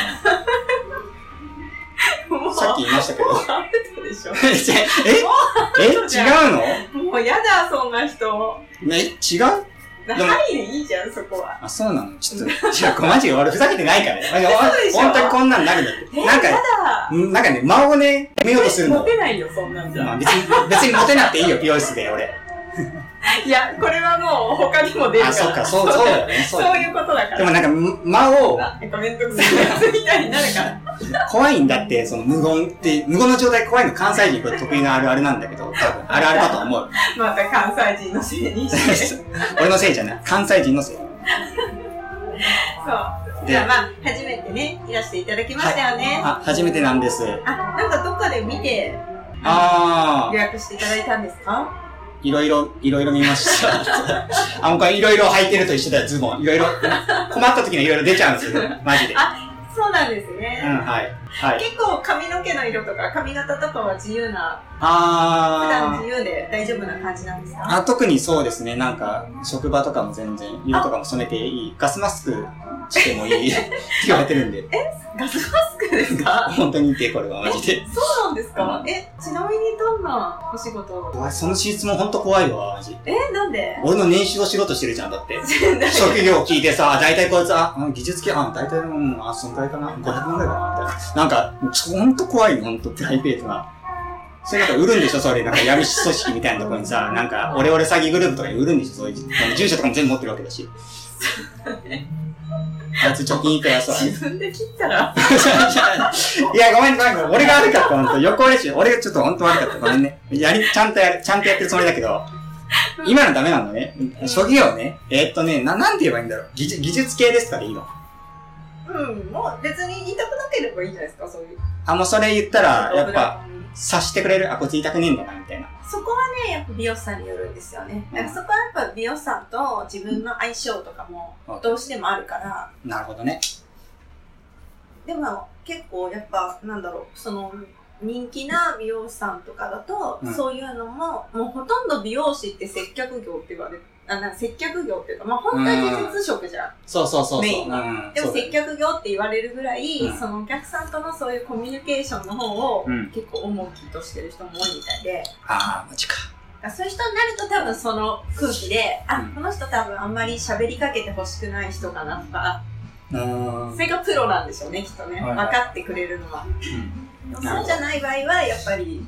もう
の。さっき言いましたけど。
アウトでしょ
えええ違うの
もうやだそんな人
ね、違うも
はいいいじゃんそこは
あ、そうなのちょっと、じゃあ、マジで俺ふざけてないからね。マジで
嘘でしょ
本当にこんなんなるんだって。
え
なん
や
か、
だ
うんなんかね、間をね、見ようとする
モ
の。
テないよそんなんじ
ま
ゃ
あ、別に、別にモテなくていいよ、美容室で、俺。
いやこれはもう他にも出るから
あ、そっか、そう、そうだよね。
そ
そううだよ
いう
ね。
ことだか
でも
ら
なんか、間を、
なんかめんどくさいやつみたいになるから
怖いんだって、その無言って、無言の状態怖いの関西人これ得意なあるあるなんだけど、多分あるあるだと思う。
また関西人のせいにしてそう
俺のせいじゃない。関西人のせい。
じゃあまあ初めてねいらしていただきましたよね、
あ、初めてなんです。
あなんかどっかで見て
あ
予約していただいたんですか
ー、いろいろ、いろいろ見ま した。あ、もうこれいろいろ履いてると一緒だよ、ズボン。いろいろ、困った時にいろいろ出ちゃうんですよ、マジで。う
そうなんです
ん、
ね、
はい。はい。
結構髪の毛の色とか髪型とかは自由な普段
あ
自
ー。
由で大丈夫な感じなんですか
あ特にそうですね、なんか、職場とかも全然、色とかも染めていい、ガスマスクしても いいって言われてるんで、
ガスマスクですか
本当にいて、これはマジで。
そうなんですかえちなみにどんなお仕事を
わその質問ほんと怖いわ、マジ。
えなんで
俺の年収をしろとしてるじゃん、だって。職業聞いてさ、大体こいつ、あ、うん技術系、あ、大体、うん、あ、そんくらいかな、500万ぐらいかな、みたいな。なんか、ちょほんと怖いよ、ほんと、プライベートな。それなんか売るんでしょそれ、なんか闇組織みたいなところにさ、なんか、オレオレ詐欺グループとかに売るんでしょそういう、住所とかも全部持ってるわけだし。あいつ貯金いくらさ。
自分で切ったら、
いや、ごめん、ごめん、ごめん俺が悪かった、ほんと。横嬉しい。俺がちょっとほんと悪かった。ごめんね。やり、ちゃんとやる、ちゃんとやってるつもりだけど、今のダメなのね。職業ね。えーっとね、な、なんて言えばいいんだろう。技術、技術系ですから、いいの。
うん、もう別に言いたくなければいいんじゃないですか、そういう。
あ、もうそれ言ったら、やっぱ、。察してくれる。あ、こいつ言いたくねえんだな、みたいな。
そこはね、やっぱ美容師さんによるんですよね。だからそこはやっぱ美容師さんと自分の相性とかも
うん、
どうしてもあるから、
なるほどね。
でも結構やっぱ、なんだろう、その、人気な美容師さんとかだと、
うん
そういうのも、もうほとんど美容師って接客業って言われあ、なんか接客業っていうか、まあ本当は技術職じゃん。
そうそうそうそう。
メイン
うん
でも接。客業って言われるぐらい、
うん
そのお客さんとのそういうコミュニケーションの方を
うん
結構重きとしてる人も多いみたいで、
ああ、マジか。
だからそういう人になると多分その空気で、あ
うん、
この人多分あんまり喋りかけてほしくない人かなとか、
うーん。
それがプロなんでしょうね、きっとね。
はいは
分
い
かってくれるのは。でも
なるほ
そ
ど
うじゃない場合は、やっぱり、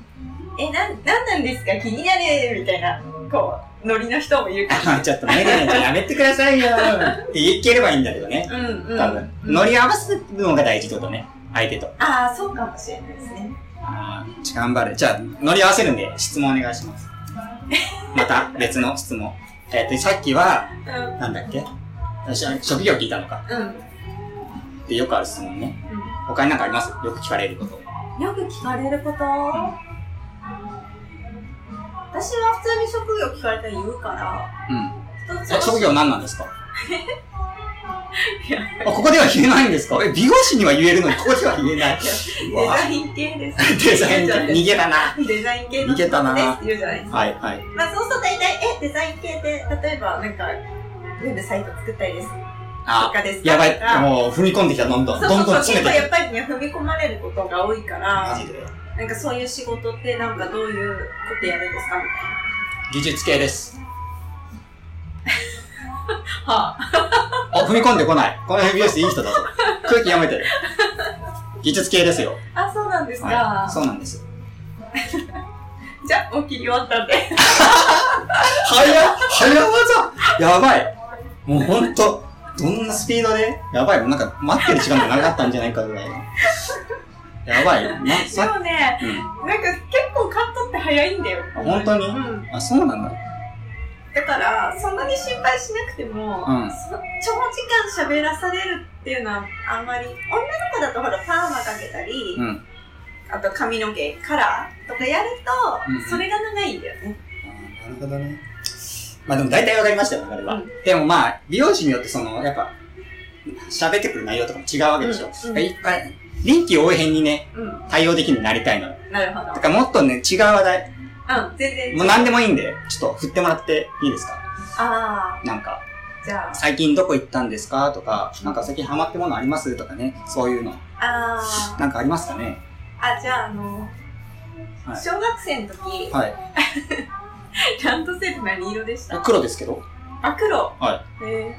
え、なん、なんなんですか気になるみたいな、こう、ノリの人もいるか
うんちょっとメガネちょっとやめてくだ さいよって言ければいいんだけどね。
ら。うんうん。
多分。
うん
乗り合わせるのが大事ってことね。相手と。
ああ、そうかもしれないですね。
ああ、頑張る。じゃあ、乗り合わせるんで質問お願いし ます。また別の質問。えっ、と、さっきは、
う
なんだっけ私は職業聞いたのか。
ん。うん。
でよくある質問ね。
うん
他になんかありますよく聞かれること。
よく聞かれること、私は普通に職業聞かれたら言うから
うん。
人
え
そ
職
の
業何なんですか
いや
あ、ここでは言えないんですかえ、美容師には言えるのに、ここでは言えない。う
デ
わ
ザイン系です
デザイン系、逃げたな。
デザイン系の
いけたな
です言うじゃないですか、
はい、はい。
まあ、そうすると大体えデザイン系で例えばなんかウェブサイト作ったりですと
あ、
かですか
やば
と
い。
か
もう踏み込んできた、どんどん。
そ
ど
うん
ど
そ
ん
うそう
詰
結構
めて
やっぱりね踏み込まれることが多いから
マジで。
なんかそういう仕事ってなんかどういうことやるんですかみたいな
技術系です。
はあ
あ、踏み込んでこない。この辺美容室いい人だぞ。空気読めてる。技術系ですよ。
あそうなんですか、
はい。そうなんです。
じゃあもう切り終わったんで
早っ早技やばいもうほんと、どんなスピードでやばい。もうなんか待ってる時間がなかったんじゃないかぐらいの。やばい。な、
で
さ
もね
うん。
なんか結構カットって早いんだよ。
あ本当に
うん。
あ、そうなんだ。
だから、そんなに心配しなくても、
うん
そ長時間喋らされるっていうのはあんまり、女の子だとほらパーマかけたり、
うん。
あと髪の毛、カラーとかやると、
うん
それが長いんだよね。
あーなるほどね。まあでも大体わかりましたよ、流れは。
うん
でもまあ、美容師によってその、やっぱ、喋ってくる内容とかも違うわけでしょ。
うんうん
いっぱい、臨機応変にね、
うん。
対応できるようになりたいのよ。
なるほど
だ。からもっとね、違う話題、
うん、全然違う。
もう何でもいいんで、ちょっと振ってもらっていいですか
ああ、
なんか、
じゃ
最近どこ行ったんですかとか、なんか最近ハマってものありますとかね、そういうの。
あ、あ
なんかありますかね
あ、あ、じゃああの、
はい
小学生の時、
はい。
ランドセル何色でした
黒ですけど。
あ、黒。
は
え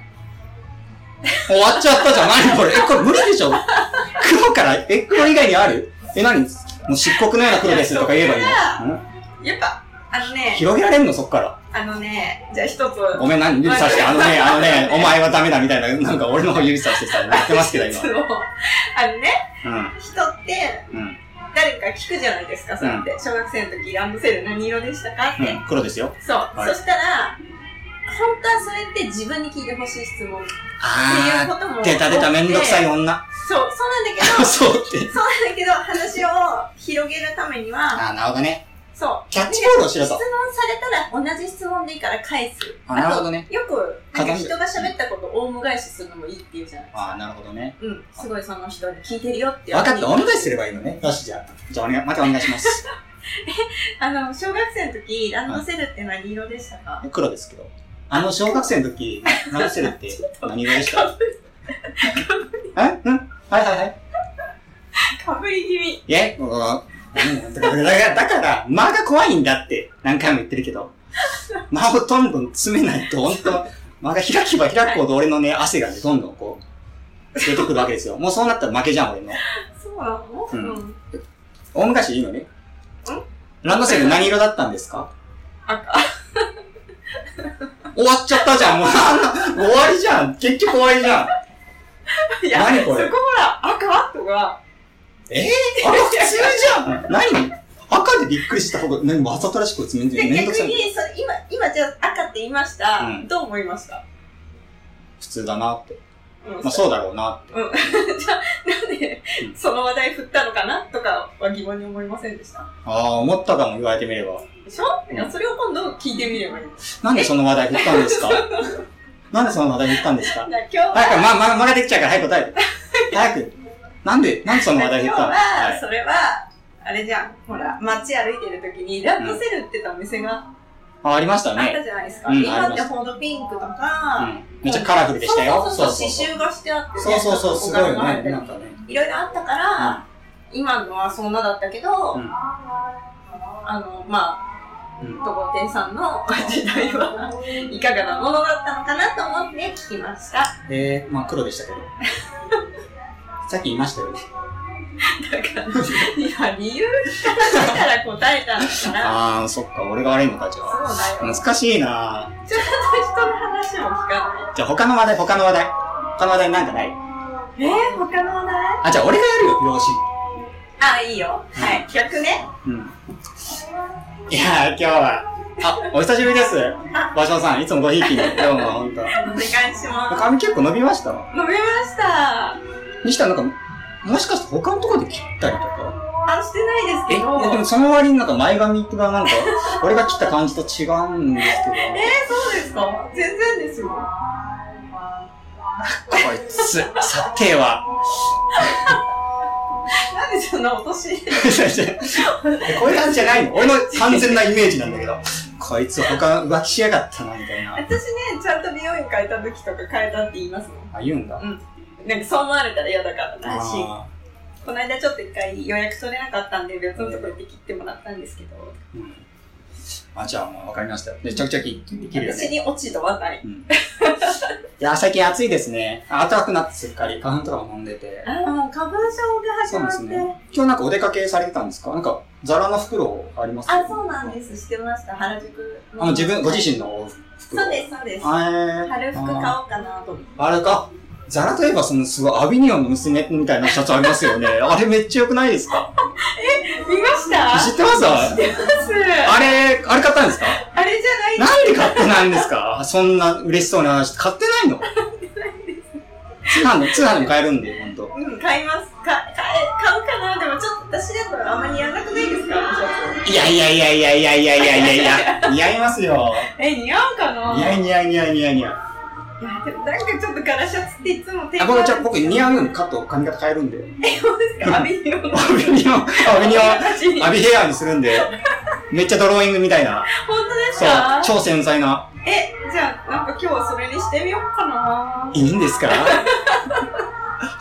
終わっちゃったじゃん。何これ。え、これ無理でしょ黒から、え、黒以外にあるえ、何もう漆黒のような黒ですとか言えばいい
いや
のん
ーやっぱ、あのね、
広げられんのそっから。
あのね、じゃあ一つ。
ごめん、何指さして、あのね、あのね、お前はダメだみたいな、なんか俺の方指さしてさ、言ってますけど、
一つをあのね、
今。
人って
うん。うん。
誰か聞くじゃないですか、そうやって。小学生の時、ランドセル何色でしたかって。
うん。黒ですよ。
そう、
はい
そしたら、本当はそれって自分に聞いてほしい質問っていう
あ
ことも
ー、出た出ためんどくさい
よ。
女。
そう、そうなんだけど、そ
そうって。
うなんだけど、話を広げるためには、
あー、なるほどね。
そう。
キャッチボールをしろ
質問
と
さ。れたら同じ質問でいいから返す。
あなるほどね。
とよく、なんか人が喋ったことをオウム返しするのもいいって言うじゃないですか。
あー、なるほどね。
うん、すごいその人に聞いてるよって
分かった、お願いすればいいのね。よし、じゃあ。じゃあ、お願い、またお願いします。
あの、小学生の時、ランドセルって何色でしたか
黒ですけど。あの、小学生の時、何してるって何色でした えうんはいはいはい。
かぶり気味。
えうわうんだから、だから、だから間が怖いんだって何回も言ってるけど、間をどんどん詰めないと、本当間が開けば開くほど俺のね、汗がね、どんどんこう、出てくるわけですよ。もうそうなったら負けじゃん、俺の。
そうなの
うん
ん。
大昔いいのね。ランドセル何色だったんですか
赤。
終わっちゃったじゃん、もう。終わりじゃん。結局終わりじゃん。
いや、
何これ
そこほら、赤とか、
えー、あれ普通じゃん。何赤でびっくりした方が、何わざとらしく詰めて
で
る。めんど
逆
くさい。
にその今、今じゃあ赤って言いました、
うん
どう思いました、
普通だなって。
うん
まあそうだろうなって。
なんで
う、ん
その話題振ったのかなとかは疑問に思いませんでした。
ああ、思ったかも言われてみれば。
でしょ、いやそれを今度聞いてみればいいんです。
なんでその話題振ったんです かなんでその話題振ったんですか
だから今日は、
早く、ま、ま、まができちゃうから早く答えて。早く。なんで、なんでその話題振っ
今日
たのは
は、
い。
それは、あれじゃん、ほら、街歩いてる時にランドセル売ってたお店が
あ、ありました
あっ
ね。
たじゃないですか。
うん
今ってほんとピンクと
う
か、
ん。めっちゃカラフルでしたよ。
そうそうそう、刺繍がしてあって、
そうそうそう、すごいよ
お金が入っ
ね。
てる
なんかね。
いろいろあったから、今のはそんなだったけど、
うん
あの、ま
うん
あ、。とこ店さんの時代はいかがなものだったのかなと思って聞きました。
えー、まあ黒でしたけど。 さっき言いましたよね。
だから、いや、理由から見たら答えたんだから、
あー、そっか、俺が悪いのか、じゃあ。
そうだよ。
難しいなぁ
ちょっと人の話も聞か
じゃあ他の話題、他の話題。他の話題なんかない
ない。えー、他の話題
あ、じゃあ俺がやるよ、表
あ、いいよ。はい、逆ね。
紙。うん。いやー、今日は。あ、お久しぶりです。場所さん、いつもごひいきに。どうも、ほんと。
お願いします。
髪結構伸びました
飲みました。
にしたらなんか、もしかして他のところで切ったりとか。
あ、してない
え、
で
い
すけど。
やでもその割になんか前髪が なんか、俺が切った感じと違うんですけど。
えー、そうですか全然ですよ。
こいつ、さては。
なんでそんな落とし
こういう感じじゃないの俺の完全なイメージなんだけど。こいつ他浮気しやがったな、みたいな。
私ね、ちゃんと美容院変えた時とか変えたって言いますもん。
あ、言うんだ。
なんかそう思われたら嫌だからなし、
あ
この間ちょっと一回予約取れなかったんで別のとこ行って切ってもらったんですけど、
ー、うん。あ、じゃあもうわかりました。で、ちょくちょくいできるよ
私
ね。
に落ち度はない。
うん。いや、最近暑いですね。あ暖かくなってすっかり、花粉とかも飲んでて。
ああ、もう花粉症が始
そう
ま
なん
っ
で
て。
すね。今日なんかお出かけされてたんですかなんか、ザラの袋あります。
あ、そうなんですす。してました。原宿の。
あの、自分、ご自身の袋。
そうです、そうです。
あー
春服買おうかなと思って。
あれか。ザラといえば、その、すごい、アビニオンの娘みたいなシャツありますよね。 あれめっちゃ良くないですか
見ました
知ってますあれ、
あ
あれあれ買ったん ですか
あれじゃない
なんで買ってないんですかそんな嬉しそうな話。買ってないの通販で、通販でも買えるんで、ほんと。
うん、買います。か、買え、買うかなでもちょっと私だからあんまりやらなくないですか
いやいやいやいやいやいやいやいやいや、似合いますよ。
え、似合うかな
似合い
い
似合い似合い似合い似合い。
や、でもなんかちょっと柄シャツっていつも手
あ、僕、じゃあ僕似合うようにカット、髪型変えるんで。
そ うですかアビニオンの。
アビニオン、アビニオン、
私に
アビヘアにするんで。めっちゃドローイングみたいな。
本当です
そう
か、
超繊細な。
え、じゃあ、なんか今日はそれにしてみようかな。
いいんです か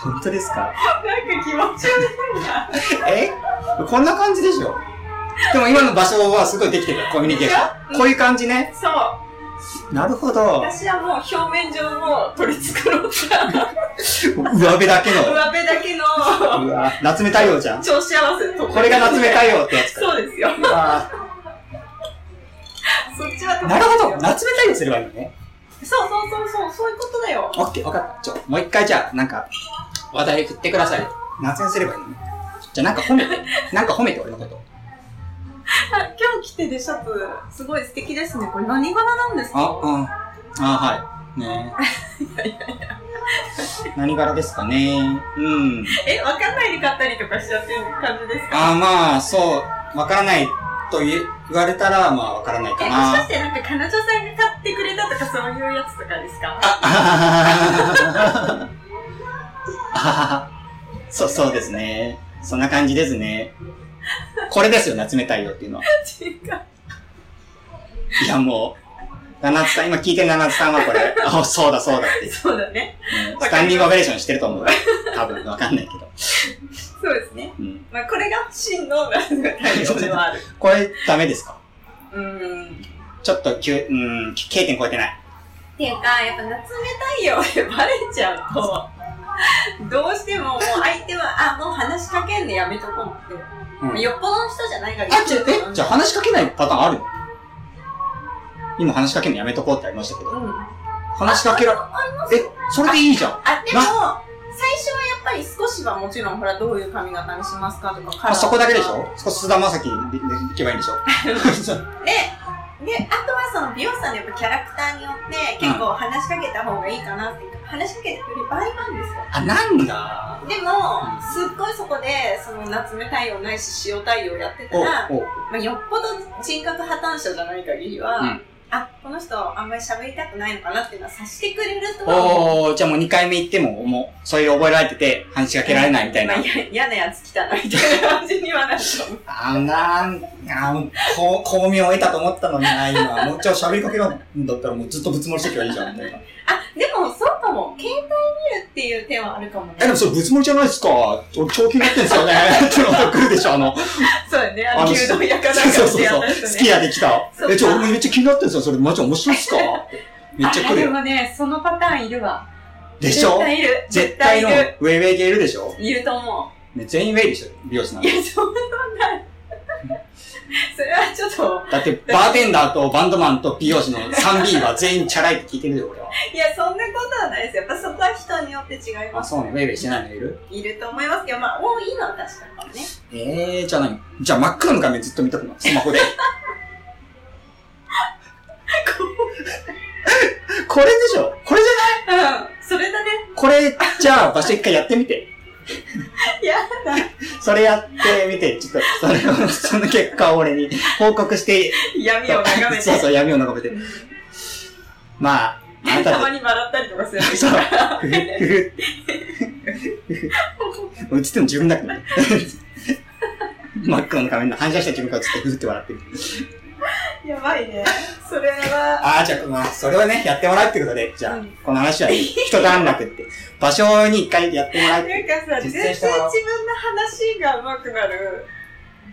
本当ですか
なんか気持ち悪いな。
えこんな感じでしょでも今の場所はすごいできてる、コミュニケーション。こういう感じね。
そう、
なるほど。
私はもう表面上も取り繕った、
上辺だけ
上
の。
辺だけの
うわ、夏目太陽じゃん。
調子合わせと
これが夏目太陽ってやつか。
そうですよ。
うわ
そっちは得意ですよ
なるほど。夏目太陽すればいいのね。
そうそうそうそう、そういうことだよ。
オッケー、わかった。ちょ、もう一回じゃあ、なんか、話題振ってください。夏目すればいいのね。じゃあなんか褒めて。なんか褒めて、俺のこと。
あ今日着てるシャツ、すごい素敵ですね。これ何柄なんです
あ、
か
うん。あ、はい。ねえ。何柄ですかねうん。
え、わかんないで買ったりとかしちゃってる感じですか
あ、まあ、そう。わからないと言え言われたら、まあ、わからないか
え、もしか
な
し。てなんか彼女さんが買ってくれたとかそういうやつとかですか
あはは そう、そうですね。そんな感じですね。これですよ、夏目太陽っていうのは。
違う。
いや、もう。七津さん、今聞いてる七津さんはこれ、あ、そうだそうだって、ね
そうだね。
スタンディングオベーションしてると思う。多分、わかんないけど。
そうですね。
うん。
まあこれが真のなんか対応ではある。
これ、ダメですか
うーん。
ちょっと、きゅうん、K 点超えてない。
ていうか、やっぱ夏目太陽でバレちゃうと、どうしても、もう相手は、あ、もう話しかけんでやめとこうって。
うん。
よっぽどの人じゃないから
あ、じゃ、え、じゃあ話しかけないパターンあるの今話しかけるのやめとこうってありましたけ
う
ど。
ん。
話しかけら、
あります
え、それでいいじゃん。
あ、でも、最初はやっぱり少しはもちろん、ほら、どういう髪型にしますかとか、カ
まあ、
ラーとか
そこだけでしょ少し菅田将暉ででいけばいいんでしょそう
で、で、あとはその美容師さんのやっぱキャラクターによって、結構話しかけた方がいいかなって、話しかけてくれる場合なんですよ。
あ、なんだ
でも、すっごいそこで、その夏目対応ないし、塩対応やってた
お、お、
ら、まあ、よっぽど人格破綻者じゃない限りは、
うん
あ、この人あんまり喋りたくないのかなっていうのは察してくれるとは
おー、じゃあもう2回目行っても、もう、それで覚えられてて、話しかけられないみたいな。
まあや嫌なやつ来たなみたいな感じにはなると思う。
あーなん、あーこう、巧妙を得たと思ったのにな、今。もうちょ、喋りかけろんだったらもうずっとぶつもりしてけばいいじゃん、みたいな。
あ、でもそうかも。携帯見るっていう手はあるかもね。
え、でもそれぶつもりじゃないですか。俺、長期になってんですよね。ってのが来るでしょ、あの。
そうだね。
あ
あ
の
の、牛丼屋かなんか
そうそう
でや
そ
った
う。
人
好
ね。
きやできた
そ。う
え、ちょ、俺もめっちゃ気になってんですよ。それマジ面白いっ すかめっちゃ来る
あで
よ。
もね、そのパターンいるわ。
でしょ
絶対いる。
絶対の、ウ
いる。
ェイウェイ系いるでしょ
いると思
ね全員ウェイでしょ美容師なん
う。い
て。
や、そんなことない。それはちょっと、
だって、バーテンダーとバンドマンと美容師の 3B は全員チャラいって聞いてるよ、俺は。
いや、そんなことはないですよ。やっぱそこは人によって違い
あ、
ます。
そうね、ウェイウェイしてないのいる
いると思いますけど、まあ、多いのは確かに ね。
えー、じゃあ何じゃあ真っ暗の画面ずっと見とくのスマホで。 これでしょこれじゃない
うん。それだね。
これ、じゃあ場所一回やってみて。
やだ。
それやってみて、ちょっと、それを、その結果を俺に報告して、
闇を眺めて。
そうそう、闇を眺めて。
うん
まあ、あな
たま
たで、
に笑ったりとかするんです
そう
よ。、
ふふ、ふふ。映ってるの自分だけどね。真っ黒の仮面の反射した自分からずっとふふって笑ってる。
やばいね。それは、
ああ、じゃあ、まあ、それをね、やってもらうってことで、じゃあ、
うん
この話は一段落って、場所に一回やってもら
な
うん
かさ、
実
全
践
然
し
自
た
分
わ
の話が上手くなる、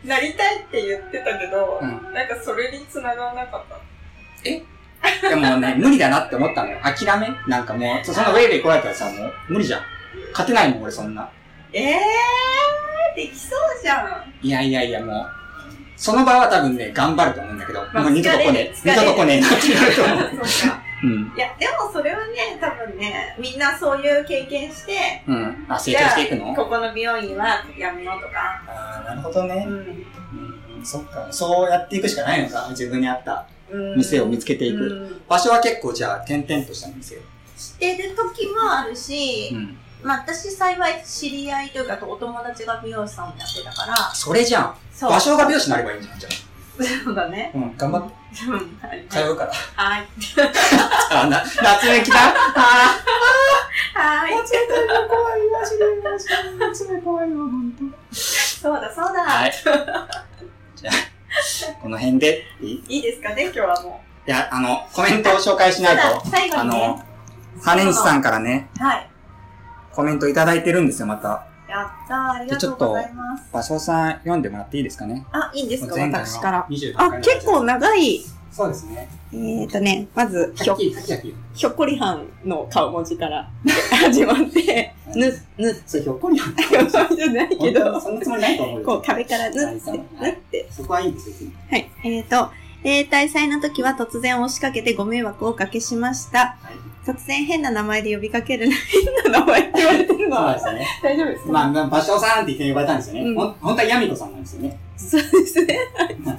なりたいって言ってたけど、
うん
なんかそれに繋がらなかった。
でもね、無理だなって思ったのよ。諦めなんかもう、そそのウェイウェイ来られたらさ、もう、無理じゃん。勝てないもん、俺そんな。
ええー、できそうじゃん。
いやいやいや、もう、その場は多分ね、頑張ると思うんだけど、
まあ
もう二度と来ねえ、
疲
二
れる
度と来ねえなってなると思う。
そうか。
うん。
いや、でもそれはね、多分ね、みんなそういう経験して、
うん。あ、成長していくの
ここの美容院はやめようとか、
ああ、なるほど
う
ね。
ん。
うん、そっか。そうやっていくしかないのか、自分に合った
うん
店を見つけていく。
うん
場所は結構じゃあ、点々とした店。
してる時もあるし、
ん。
まあ私幸い知り合いというかお友達が美容師さんをやってたから、
それじゃん。
そう。
場所が美容師になればいいんじゃん、じゃ
そうだね。
あ。うん、頑張って。
うんはい。
通うから。
はい。
あ、な、 夏目来たあ
はい。
ー。怖い、 マジで、マジで。夏目怖いわ、ほんと。
そうだそうだ。
はい
い、。
じゃあ、この辺でいい
いですかね、今日はもう。
いや、あの、コメントを紹介しな
た
い
だ
と、、
最後
あ
にね
の、、羽根西さんからね、
はい。
コメントいただいてるんですよ、また。
やったー、ありがとうございます。
場所さん読んでもらっていいですかね。
あ、いいんですか、
前回の
私から。
28回
あ
の、やつ
結構。長い。
そうですね。
えっ、ー、とね、まず、ひ
はっ
ょ
き、り、はっきりはっきり。
ひょっこりはんの顔文字から 始まって、ぬ、ぬ、
そう、ひょっこりはん。
顔文字じゃないけ
本当
ど
に、そんなつもりないと思う
こう
よ。
壁からぬって、ぬって
そこはいいんですよ、別に
はい。えー、と、例大祭の時は突然押しかけてご迷惑をおかけしました。
はい。
突然変な名前で呼びかけるな変な名前って言われてるの
そうで
は
すね。
大丈夫ですか、
まあ、場所さんって言って呼ばれたんですよ
う
ね。
ん
ほん本当はヤミコさんなんですよね。
そうで すね。
ア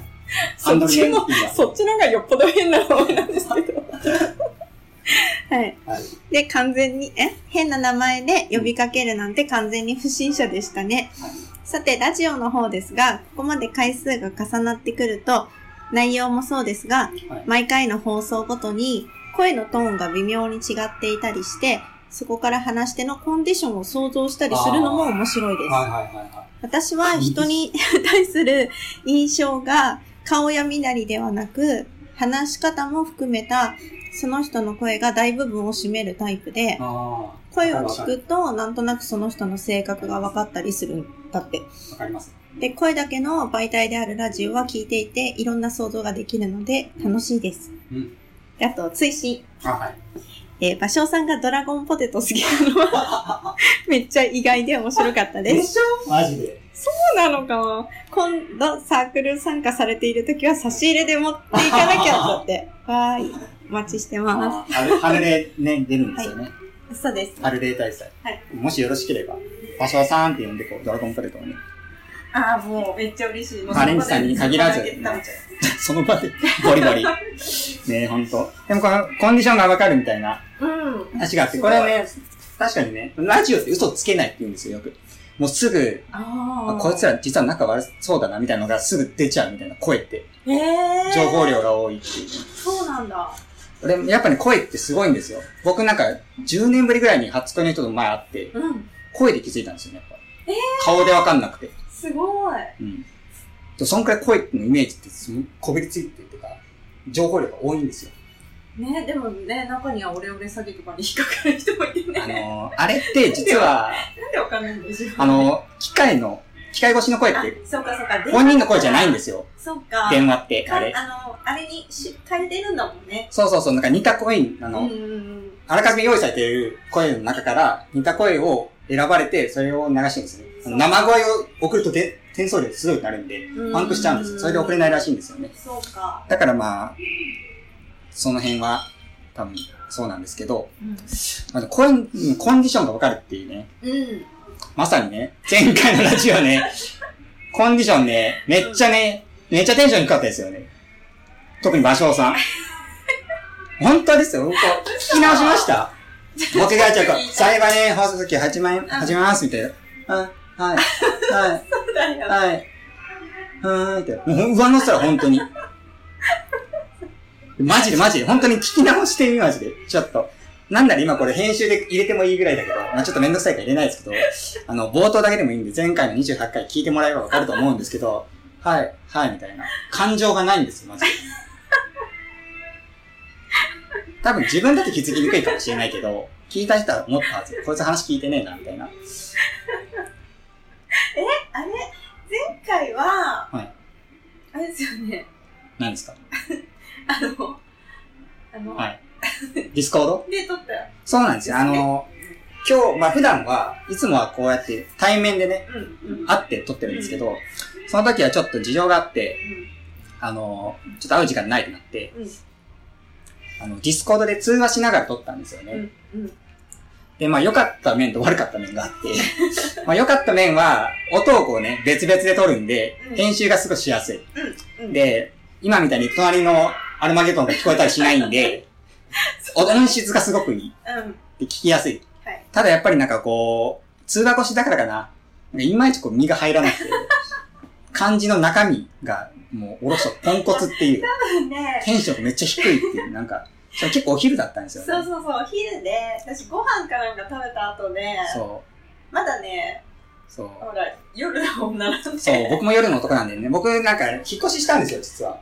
そ
ン
っ
ドリ
ち
ュー・ヤ
の、
ミキは。
そっちの方がよっぽど変な名前なんですけど。はい。
はい
で、完全に、え変な名前で呼びかけるなんて完全に不審者でしたね。
はい
さて、ラジオの方ですが、ここまで回数が重なってくると、内容もそうですが、
はい
毎回の放送ごとに、声のトーンが微妙に違っていたりして、そこから話し手のコンディションを想像したりするのも面白いです。
はいはいはいは
私は人に 対する印象が顔や身なりではなく、話し方も含めた、その人の声が大部分を占めるタイプで
い。、ああ。
声を聞
わかる。
くと、なんとなくその人の性格が分かったりするんだって。
わかります。
で、声だけの媒体であるラジオは聞いていて、いろんな想像ができるので、楽しいです。
うん
あと、追伸。
あ、はい。
えー、場所さんがドラゴンポテト好きなのは めっちゃ意外で面白かったです。
しょマジで。
そうなのかな今度サークル参加されているときは差し入れで持っていかなきゃだって。はーい。お待ちしてま
あー春、春でね、出るんですよね。
す。そうです。
春例大祭。
はい
もしよろしければ、場所さんって呼んでこう、ドラゴンプレートをね、
ああ、もうめっちゃ嬉しい。もう
カレンさんに限らず
そこで食べちゃう
その場で、ゴリゴリ。ねえ、ほんと。でもこの、コンディションがわかるみたいな
うん。
話があって、これはね、確かにね、ラジオって嘘つけないって言うんですよ、よく。もうすぐ、
あ
あ
あ。
こいつら実は仲悪そうだな、みたいなのがすぐ出ちゃうみたいな、声って。
ええー。
情報。量が多いっていう。
そうなんだ。
俺、やっぱね、声ってすごいんですよ。僕なんか、10年ぶりぐらいに初恋の人と前会って、
うん。
声で気づいたんですよね、やっぱ。顔でわかんなくて。
すごい。
うん。でそんくらい声のイメージってすごいこびりついてるとか、情報量が多いんです よ。
ね、でもね、中にはオレオレ詐欺とかに引っかかる人もいてね。
あのー、あれって実は、
なんでわかんないんでしょう。
あのー、機械の、機械越しの声っ
あ
て、、
そうかそうか。。
本人の声じゃないんですすよ。
そうか。
電話って、
か
あ
あ
れ。
の、あれにし変えてるんだもんね。
そうそうそう、なんか似た声に、あ
う
の、
んうんうん。
あらかじめ用意されている声の中から、似た声を選ばれて、それを流してるんですね。あの生声を送るとで転送量すごいなるんで、パンクしちゃうんですよ。それで送れないらしいんですよね。
そうか。
だからまあ、その辺は、多分、そうなんですけど、
うん。
あの、コン、うんコンディションが分かるっていうね。
うん。
まさにね、前回のラジオね、 コンディションね、めっちゃね、めっちゃテンション低かったですよね。特に芭蕉さん。本当ですよ、僕聞き直しました。僕がちょっと、最後ね、放送時始まり、始めます、みたいな。あはい、はい、
だよ。
はい。はーいって。もう上乗せたら本当に。マジでマジで。本当に聞き直してみ、マジで。ちょっと。なんなら今これ編集で入れてもいいぐらいだけど、まあちょっとめんどくさいから入れないですけど、あの、冒頭だけでもいいんで、前回の28回聞いてもらえばわかると思うんですけど、はい、はい、みたいな。感情がないんですよ、マジで。多分自分だって気づきにくいかもしれないけど、聞いた人は思ったはず。こいつ話聞いてねえな、みたいな。
あれ前回は、
はい
あれですよね。
何ですか
あの、あの、
はい。ディスコード
で撮ったよ。
そうなんですよ。あの、今日、まあ普段はいつもはこうやって対面でね、
うんうん。
会って撮ってるんですけど、その時はちょっと事情があって、あの、ちょっと会う時間ないってなって、
うん
あの、ディスコードで通話しながら撮ったんですよね。
うんうん。
で、まあ良かった面と悪かった面が あって、まあ良かった面は、音をこうね、別々で撮るんで
う、ん
編集がすごいしやすい。
うんうん。
で、今みたいに隣のアルマゲトンが聞こえたりしないん で、音質がすごくいい。
うん。
で聞きやすい。
はい
ただやっぱりなんかこう、通話越しだからかな。なんかいまいちこう身が入ら なくて、漢字の中身がもうおろそポンコツっていう、
多分ね、
テンションがめっちゃ低いっていう、なんか、それ結構お昼だったんです
そ
よ
う
ね。
そうそう、昼で、私ご飯かなんか食べた後で、
そ
まだね、
う。そう。
ほら、夜だもんなので、
そう、僕も夜の男なんでね、僕なんか引っ越ししたんですよ、実は。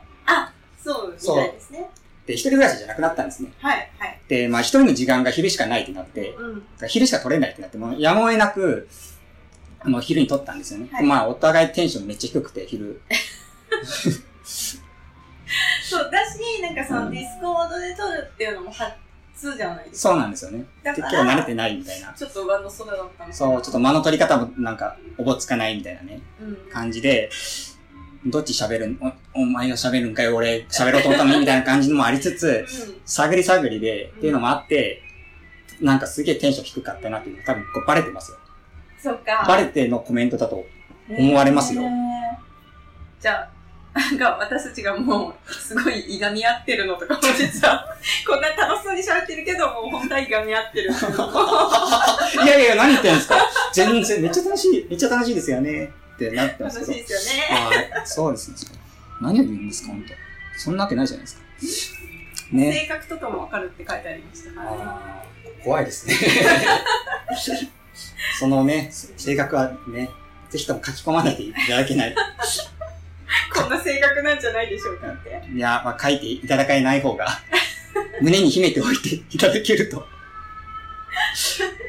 そう、みたいですね。
で、一人暮らしじゃなくなったんですね。
はい、はい。
で、まあ一人の時間が昼しかないってなって、
うん。
昼しか取れないってなって、もうやむを得なく、あの、昼に取ったんですよね。
はい
まあお互いテンションめっちゃ低くて、昼。
そう、だし、なんかそ
うん
のディスコードで撮るっていうのも初じゃないですか。
そうなんですよね。
だ
結
か
構慣れ
ら、
てないみたいな。
ちょっと上の空だったの
そう、ちょっと間の取り方もなんか、おぼつかないみたいなね、
と。うん。
感じで、どっち喋るん、おお前が喋るんかよ、俺喋ろうと思ったのにみたいな感じのもありつつ、
う
探り探りで、
うん
っていうのもあって、なんかすげえテンション低かったなっていうの多分こうバレてますよ。
ん。そっか。
バレてのコメントだと。思われますよ
へーじゃあ、なんか私たちがもう、すごいいがみ合ってるのとかも実は、 こんな楽しそうに喋ってるけど、もう本当はいがみ合って るっていうのも
いやいやいや、何言ってんですか全然、めっちゃ楽しい、めっちゃ楽しいですよね。ってなってま
楽
す
し
け
い
ど。
ですよね。
はい。そうですね。何を言うんですか、本当そんなわけないじゃないですか。ね。
性格とかもわかるって書いてありましたからね。
あー怖いで すね。そのね、性格はね、ぜひとも書き込まないていただけない。
こんな性格なんじゃないでしょうかって。
いや、まあ、書いていただかな い方が、胸に秘めておいていただけると。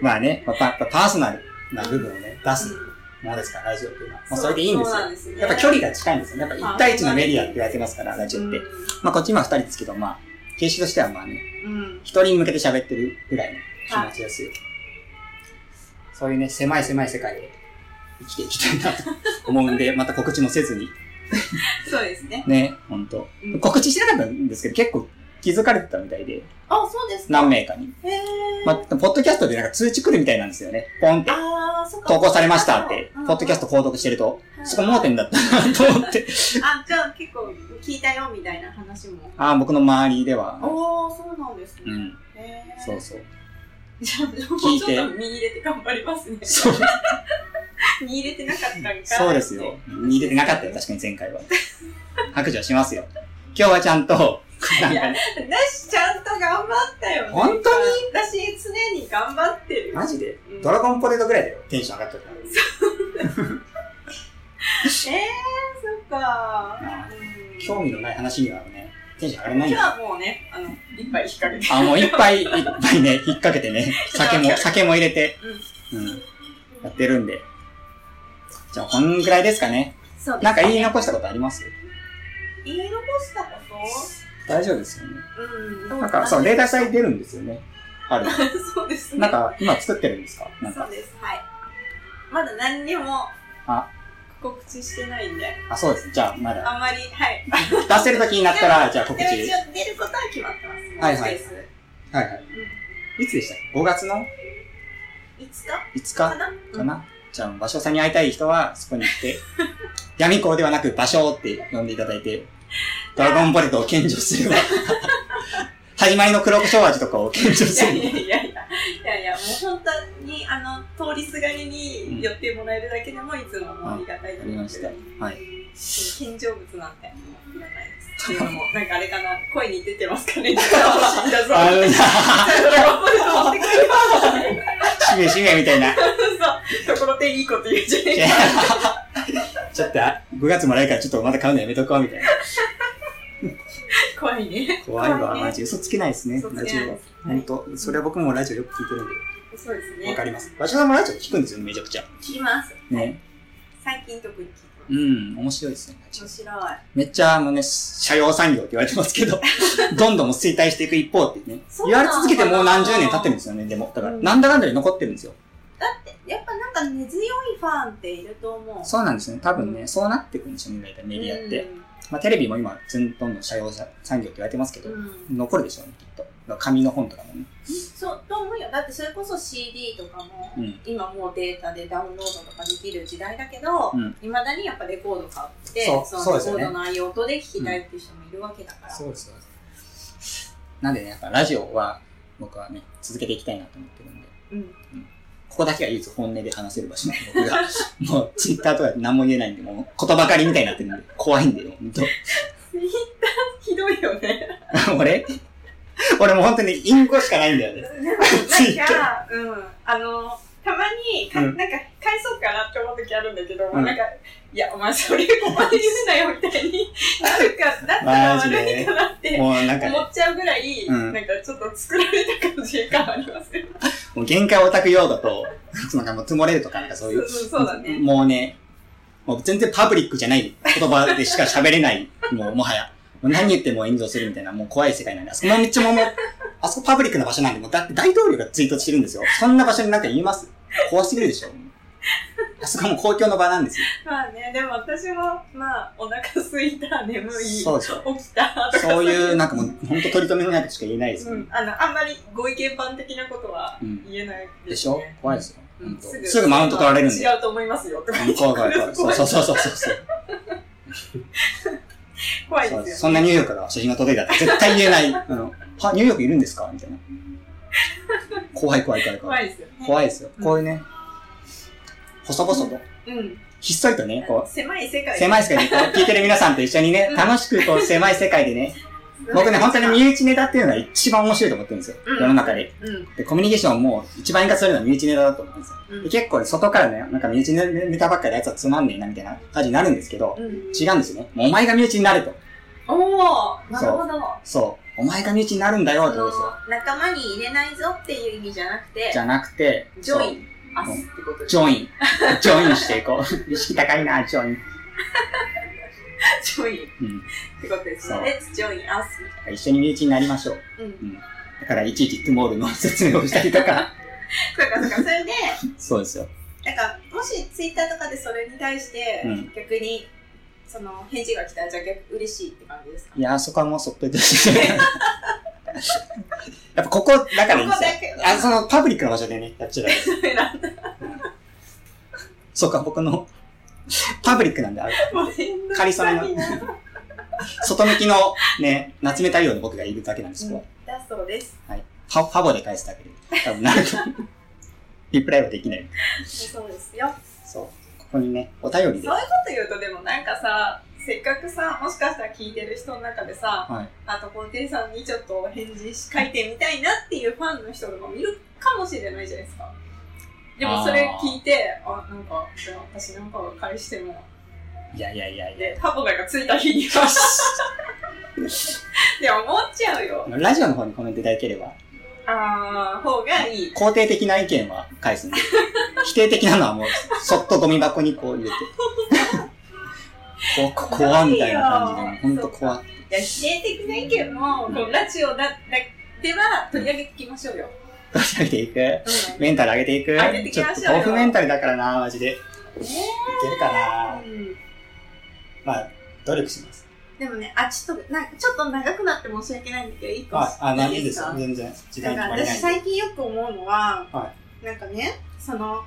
まあね、まあパパーソナルな部分をね、出すものですから、ラジオっていうのは。まあ、それでいいんです
そう
よ
な。ですね。
やっぱ距離が近いんですよね。やっぱ一対一のメディアって言われてますから、ラジオって。
うん
まあ、こっち今二人ですけど、まあ、形式としてはまあね、
うん。
人に向けて喋ってるぐらいの気持ちですよ。そういうね、狭い狭い世界で生きていきたいなと思う んで、また告知もせずに、
そうですね。
ね、ほんと
うん。
告知してなかったんですけど、結構気づかれてたみたいで、
あ、そうですか。
何名かに。
へー。
まあ、ポッドキャストでなんか通知来るみたいなんですよね。ポンって。
あー、そっか。
投稿されましたって
うん、
ポッドキャスト購読してると、
はい
そこ盲点だったなと思って。
あ、じゃあ結構聞いたよみたいな話も。
ああ、僕の周りでは。
おお、そうなんですね。
うん。
へー
そうそう。
じゃあ、もうちょ
聞いて
っと身に入れて頑張りますね。
そう
身に入れてなかったんかい。
そうですよ。似てなかったよ、確かに前 回は。白状しますよ。今日はちゃんと、なんかね、
私、ちゃんと頑張ったよ、ね。
本当に
私、常に頑張ってる。
マジで
うん
ドラゴンポテトぐらいだよ、テンション上がっとった。
ええー、そっか。
あ
うん
興味のない話にはね、テンション上がら
今
ない
日
よ。
はもうね、あの、いっぱい引っ掛けて。
あ、もういっぱいいっぱいね、引っ掛けてね、酒も、酒も入れて、うん、やってるんで。じゃあ、こんぐらいですかね。
そうです
なんか言い残したことあります
言い残したこと
大丈夫ですよね。
うん。どう
なんか、そう、例題祭出るんですよね。ある。
そうですね。
なんか、今作ってるんですかなん
そ
か
う。です。はい。まだ何にも
あ
告知してないんで、
あ、そうです。じゃあ、まだ。
あんまり、はい。
出せる時になったら、じゃあ告知。
で
は
も
い
一応出ることは決まってます。
はいはい
です。
はい。
う
いつでしたっけ ?5 月の
ん。いつか
5
か
日
な
かな、じゃあ、場所さんに会いたい人は、そこに行 って、闇行ではなく、場所って呼んでいただいて、ドラゴンポレトを献上すれば、始まりの黒胡椒味とかを献上
い
す
やい
る。
やいやいや、いやいや、もう本当に、あの、通りすがりに寄ってもらえるだけでも、いつもありがたいと思ってる
わかはい。
献上物なんて、もういらない です。っていうのも、なんかあれかな、声に出てますかね、実は欲しいんだぞ。
ある な
ドラゴンボール持ってくれよ
しめしめみたいな。
そう、ところでいいこと言うじゃねえか。
ちょっと、5月もらえるから、ちょっとまだ買うのやめとこう、みたいな。
怖いね。
怖いわ、
怖いね
マジ。嘘つけないですね、
嘘つけな
ラ
いで
ジ
す
オは。本当それは僕もラジオよく聞いてるんで、
そうです
わ
ね
か。ります。場所さんもラジオ聞くんですよ、めちゃくちゃ。
聞きます。
ね。
最近特に聞きま
うん、面白いですね、ラジ
す。
オ
面。白い。
めっちゃ、あのね、社用産業って言われてますけ ど、どんどんもう衰退していく一方ってね。
そう
言わ
な
れ
のかな
続けてもう何十年経ってるんですよね、でも。だから、なんだかんだで残ってるんですよ。
やっぱなんか根強いファンっていると思う。
そうなんですよね。多分
う
ね、そうなっていくんですよね、大体メディアって。
うん
まあ、テレビも今、ずんどんどん社用産業って言われてますけど、
うん、
残るでしょうね、きっと。紙の本とかもね。
そうと思うよだってそれこそ CD とかも、
うん
今もうデータでダウンロードとかできる時代だけど
うん
いま、未だにやっぱレコード買って
そうそう
の
で
レ
すよ
コ
ね
ードのああいう音で聴きたいっていう人もいるわけだから、
そうです、そうです。なんでね、やっぱラジオは、僕はね、続けていきたいなと思ってるんで、
うん
ここだけは唯一本音で話せる場所なんで、僕が、もう、ツイッターとかで何も言えないんで、もう、言葉狩りみたいになってるんで、怖いんでよ、ほんと。
ツイッターひどいよね
俺俺もう本当に隠語しかないんだよね。
でも
ツイッ
なん
タ
か、うん、あのたまにか、
うん
なんか返そうかなって思う時あるんだけど、
うん
なんかいやお前それここまで言うなよみたいになるかだったら
マジで
悪いかなって
もうなんかね
思、っちゃうぐらい、
うん
なんかちょっと作られた感じ感ありますよ。
もう限界オタク用だと、なんかもう積もれるとかなんかそういう。
そうそうそうだね
もうね、もう全然パブリックじゃない言葉でしか喋れない、もうもはや。もう何言っても炎上するみたいな、もう怖い世界なんで、あそこの道ももう、あそこパブリックな場所なんで、もうだって大統領がツイートしてるんですよ。そんな場所になんか言います怖すぎるでしょ。あそこはもう公共の場なんですよ。
まあね、でも私も、まあ、お腹すいた、眠い、起き
そうでしょ。
たとか
そういう、なんかもう、本当取り留めもなくしか言えないですよ
う
ね。
ん、あの、あんまりご意見番的なことは
うん。
言えない。
でしょ怖いですすよ。
う
ほん
ん
とすぐマウント取られるんで。
違うと思いますよとか
うん怖い怖い怖い。そうそうそうそうそう。
怖い
そう
で
です
す
そ
よ
ん
ね。
なニューヨークから写真が届いたら絶対言え ない。あの、は、ニューヨークいるんですかみたいな。怖い怖い怖い怖
怖
い。
いですよね。
怖いですよ。こういうね、細々と、
うん。
ひっそりとね、こう、
狭い世界。
狭い世界でこう聞いてる皆さんと一緒にね
うん、
楽しくこう狭い世界でね、僕ね、本当に身内ネタっていうのが一番面白いと思ってるんですよ。
うん
世の中で。
うん。
で、コミュニケーションも一番活かせるのは身内ネタだと思ってるんですよ。
うん
で結構外からね、なんか身内ネタばっかりでやつはつまんねえなみたいな感じになるんですけど、
うん。
違うんですよね。もうお前が身内になれと。
おー、なるほど。
そう。お前が身内になるんだよって
そ
こと
の
ですよ。
仲間に入れないぞっていう意味じゃなくて
じ、ゃなくて、
ジョイ
ン。
ン、アスっ てことです
ジョイン。ジョインしていこう。意識高いな、ジョイン。
join っ
うん。
てことですね。Let's join us みたい
一緒に身内になりましょう。
な。うん。
だから、いちいちトゥモールの説明をしたりとか。
そうかそうか。 それで、
そうですよ。
なんか、もしツイッターとかでそれに対して
うん、
逆に、その、返事が来たら、じゃあ逆、嬉しいって感じですか
いや、そこはもうそっといてほしい。 やっぱここだからいいんですよ
ここだけ。ど
あ、そのパブリックの場所でね、やっちゃダメ
それなんだ。
そうか、僕の パブリックなんで、あれ
もうめんどく
カリソメ
さ
の
いな。
外向きのね、夏目太陽の僕がいるだけなんですけど、
だそうです。
はい。ファファボで返すだけで、多分なん かリプライはできない。
そうですよ。
そう。ここにね、お便りで。
そういうこと言うとでもなんかさせっかくさもしかしたら聞いてる人の中でさ、
はい
あとコンテンツさんにちょっとお返事し書いてみたいなっていうファンの人もいるかもしれないじゃないですかでもそれ聞いてあなんかじゃあ私なんかが返しても
いやいやいやいや。
でパポががついた日にはで思っちゃうよ
ラジオの方にコメントいただければ、
ああ方がいい
肯定的な意見は返すんで、否定的なのはもう、そっとゴミ箱にこう入 れて。ここ怖みたいな感じで、ほんと怖
いや否定的な意見もこうラジオだだでは取り上げていきましょうよ、
どうし上げて
う
いくメンタル上げていく
上げていき
ちょ
ま
っ
しょう
と
よ
豆腐メンタルだからな、マジで。い
ん、ね
けるか
え
な
うん
まあ、努力します。
でもね、あ、ちょっと、なちょっと長くなって申し訳ないんだけど、一個
あ、あ、何です
か
よ。全然。時間
だ
に
か
困
ら
り
私
ないんで。
最近よく思うのは、
は
なんかね、その、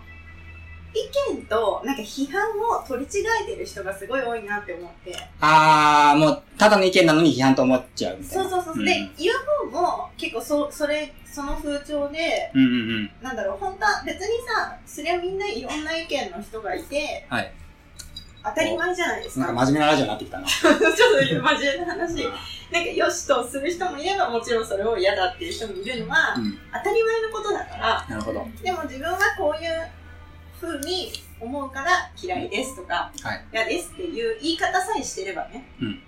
意見と、なんか批判を取り違えてる人がすごい多いなって思って。
あー、もう、ただの意見なのに批判と思っちゃうみたい
そ
な。
うそうそう。
ん
で、言う方も結構そ、それ、その風潮で、
うんうんうん。
なんだろう、本当は別にさ、そりゃみんないろんな意見の人がいて、
はい
当たり前じゃないです
なんか
か。
真面目なラジオになってきたな。
ちょっと真面目な話。なんかよしとする人もいればもちろんそれを嫌だっていう人もいるのは
うん。
当たり前のことだから
なるほど。
でも自分はこういう風に思うから嫌いですとか、
はい
嫌ですっていう言い方さえしてればね、
うん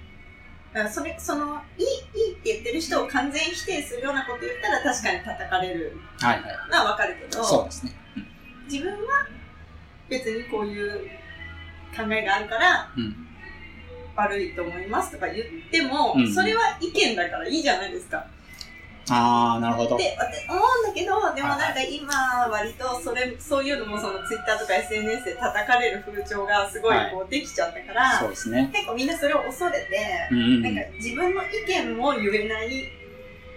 だからそれそのいいいいって言ってる人を完全否定するようなこと言ったら確かに叩かれる
はいはい。
のはわかるけど
そうですね。
自分は別にこういう考えがあるから
うん。
悪いと思いますとか言っても、
うん
それは意見だからいいじゃないですか。
あー、なるほど。
って思うんだけどでもなんか今割とそれそういうのもそのツイッターとか SNS で叩かれる風潮がすごい
はい
こうできちゃったから、
そうですね。
結構みんなそれを恐れ
う
て、
んうんう
なん
ん
か自分の意見も言えない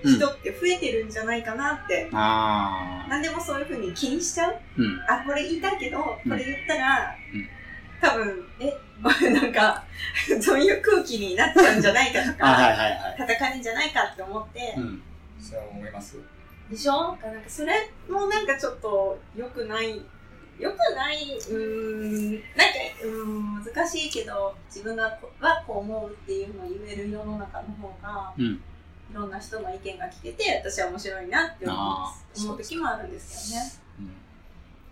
人って増えてるんじゃないかなって、
あ
何でもそういう風に気にしちゃう
ー。うん。
あこれ言いたいけどこ
うん
れ言ったら、
うん
多分え なんかそういう空気になっちゃうんじゃないかと
あ、
か
はいはいはい。
叩かれんじゃないかって思って。
うん。そう思います。
でしょなんかそれもなんかちょっと良くない良くないうーんなんかうーん難しいけど自分がこはこう思うっていうのを言える世の中の方が、
うん
いろんな人の意見が聞けて私は面白いなって思います
あー
思う時もあるんですよね。
うん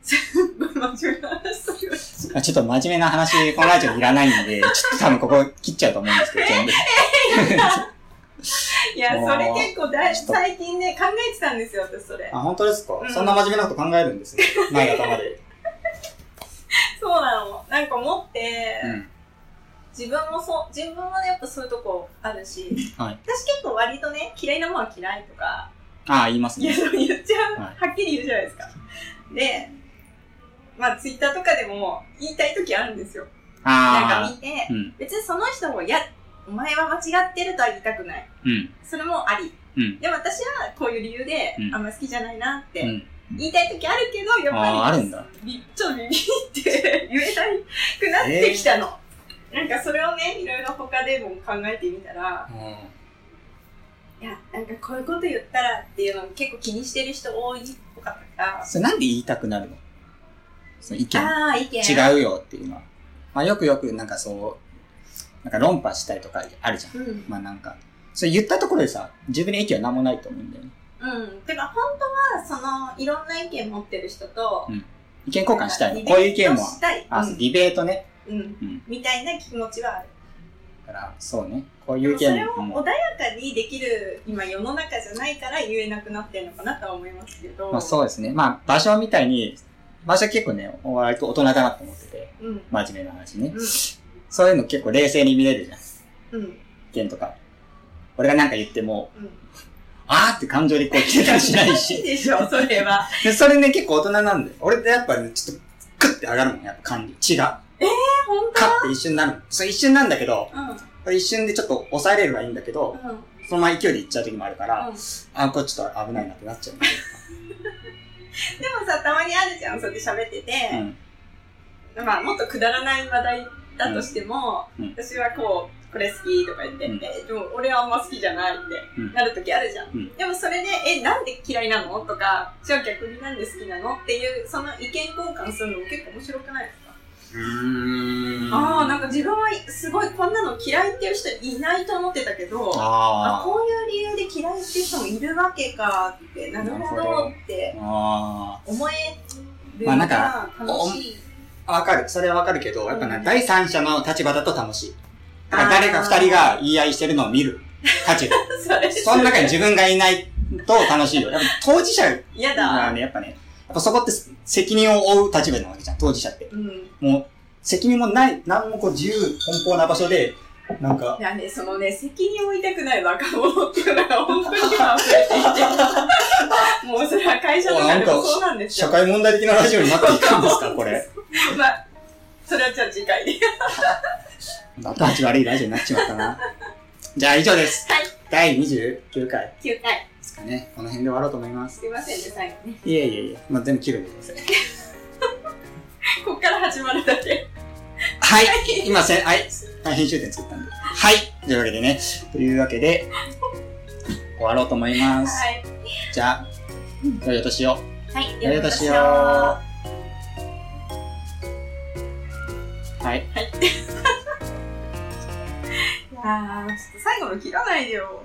真面目な話する
あちょっと真面目な話、このラジオいらないん で、ちょっと多分ここ切っちゃうと思うんですけ ど、全部。
いや
もう
それ結構だい
ちょっと
最近ね考えてたんですよ私それ
あ、本当ですか、
うん
そんな真面目なこと考えるん ですね。ない頭で。
そうなのなんか思って、
うん。
自分もそう自分はやっぱそういうとこあるし、
はい
私結構割とね嫌いなものは嫌いとか
ああ、言います
いや
ね。
そう言っちゃう、
はい
はっきり言うじゃないですかでまあツイッターとかでも言いたい時あるんですよなんか
あ
見て
あ。うん。
別にその人も「いやお前は間違ってる」とは言いたくない
うん。
それもあり、
うん
でも私はこういう理由で
うん
あんま好きじゃないなっ
う
て
ん。
言いたい時あるけどやっぱり
あーあるんだ
びちょっとビビって言えないくなってきたの、なんかそれをねいろいろ他でも考えてみたらいや、なんかこういうこと言ったらっていうのも結構気にしてる人多いっぽかったか
それなんで言いたくなるのその意見。
ら。ああ、意見。う。
違うよっていうのは。まあよくよくなんかそう、なんか論破したりとかあるじゃん。
うん。
まあなんか、それ言ったところでさ、自分の意見は何もないと思うんだよね。
うん。てか、本当は、その、いろんな意見持ってる人と、
意見交換したい
なん
の。
か
こういう意見も
ディベートしたい。
あ、そうディベートね。
うん。う
うん
ん。みたいな気持ちはある。
だから、そうね。こうい
で
う
も
意
それ
見
を
も。う
穏
ん
やかにできる、今世の中じゃないから言えなくなってるのかなとは思いますけど。
まあそうですね。まあ場所みたいに、場所結構ね、割と大人だなと思ってて、
うん。
真面目な話ね。
うん
そういうの結構冷静に見れるじゃん。
うん。
件とか。俺がなんか言っても、
うん。
あーって感情でこう切れたりしない
い い
し。
でしょ、それは。
で、それね、結構大人なんだよ。俺ってやっぱね、ちょっと、クッて上がるもん、やっぱ感じ。血が。
え、ほん
カッて一瞬なる。それ一瞬なんだけど、
うん。
これ一瞬でちょっと抑えれればいいんだけど、
うん。
そのまま勢いでいっちゃう時もあるから、
うん
あ、これちょっと危ないなってなっちゃうね。
でもさ、たまにあるじゃん、それで喋って
う
て、
ん。
まあ、もっとくだらない話題だとしても、
うんうん
私はこう、これ好きとか言って、
うん
えでも俺はあんま好きじゃないっ
う
て、
ん
なるときあるじゃん,、
うん
でもそれで、え、なんで嫌いなのとか、じゃあ逆になんで好きなのっていう、その意見交換するのも結構面白くないですか、
うーん。
ああ、なん
か、
か自分はすごいこんなの嫌いっていう人いないと思ってたけど、あ
あ
こういう理由で嫌いっていう人もいるわけかって、なるほ
なるほ
ど
ど
って
ー。あ
思える
まあ
の
なん
が
か
楽しい。
あ。わかる。それはわかるけど、やっぱな、
うん
第三者の立場だと楽しい。だから
あー
誰か二人が言い合いしてるのを見る価 値が。
それ
その中に自分がいないと楽しいよ。やっぱ当事者
嫌
が
だ。
ね、やっぱね、やっぱそこって責任を負う立場なわけじゃん、当事者って。
うん。
もう、責任もない、なんもこう自由奔放な場所で、なんか、
だね、そのね、責任を負いたくない若者っていうのが本当に今溢れていて。もうそれは会社とかでもそうなんです
社
よ。
会問題的なラジオになっていくんですか、これ。
まあ、それはじゃあ次回で。
なんか味悪いラジオになっちまったな。じゃあ以上です。
はい
第29回で
9回。
すかね。この辺で終わろうと思います。
すいませんね、最後ね。
いえいえいえ、まあ、全部切るんでください。
こっから始まるだけ。
はい、今せん、はい、編集点作ったんで。はい、というわけでね、というわけで、終わろうと思います。
はい。
じゃあ、良いお年を。
はい。
良いお年を。
は
はい。
いやー、ちょっと最後の切らないでよ。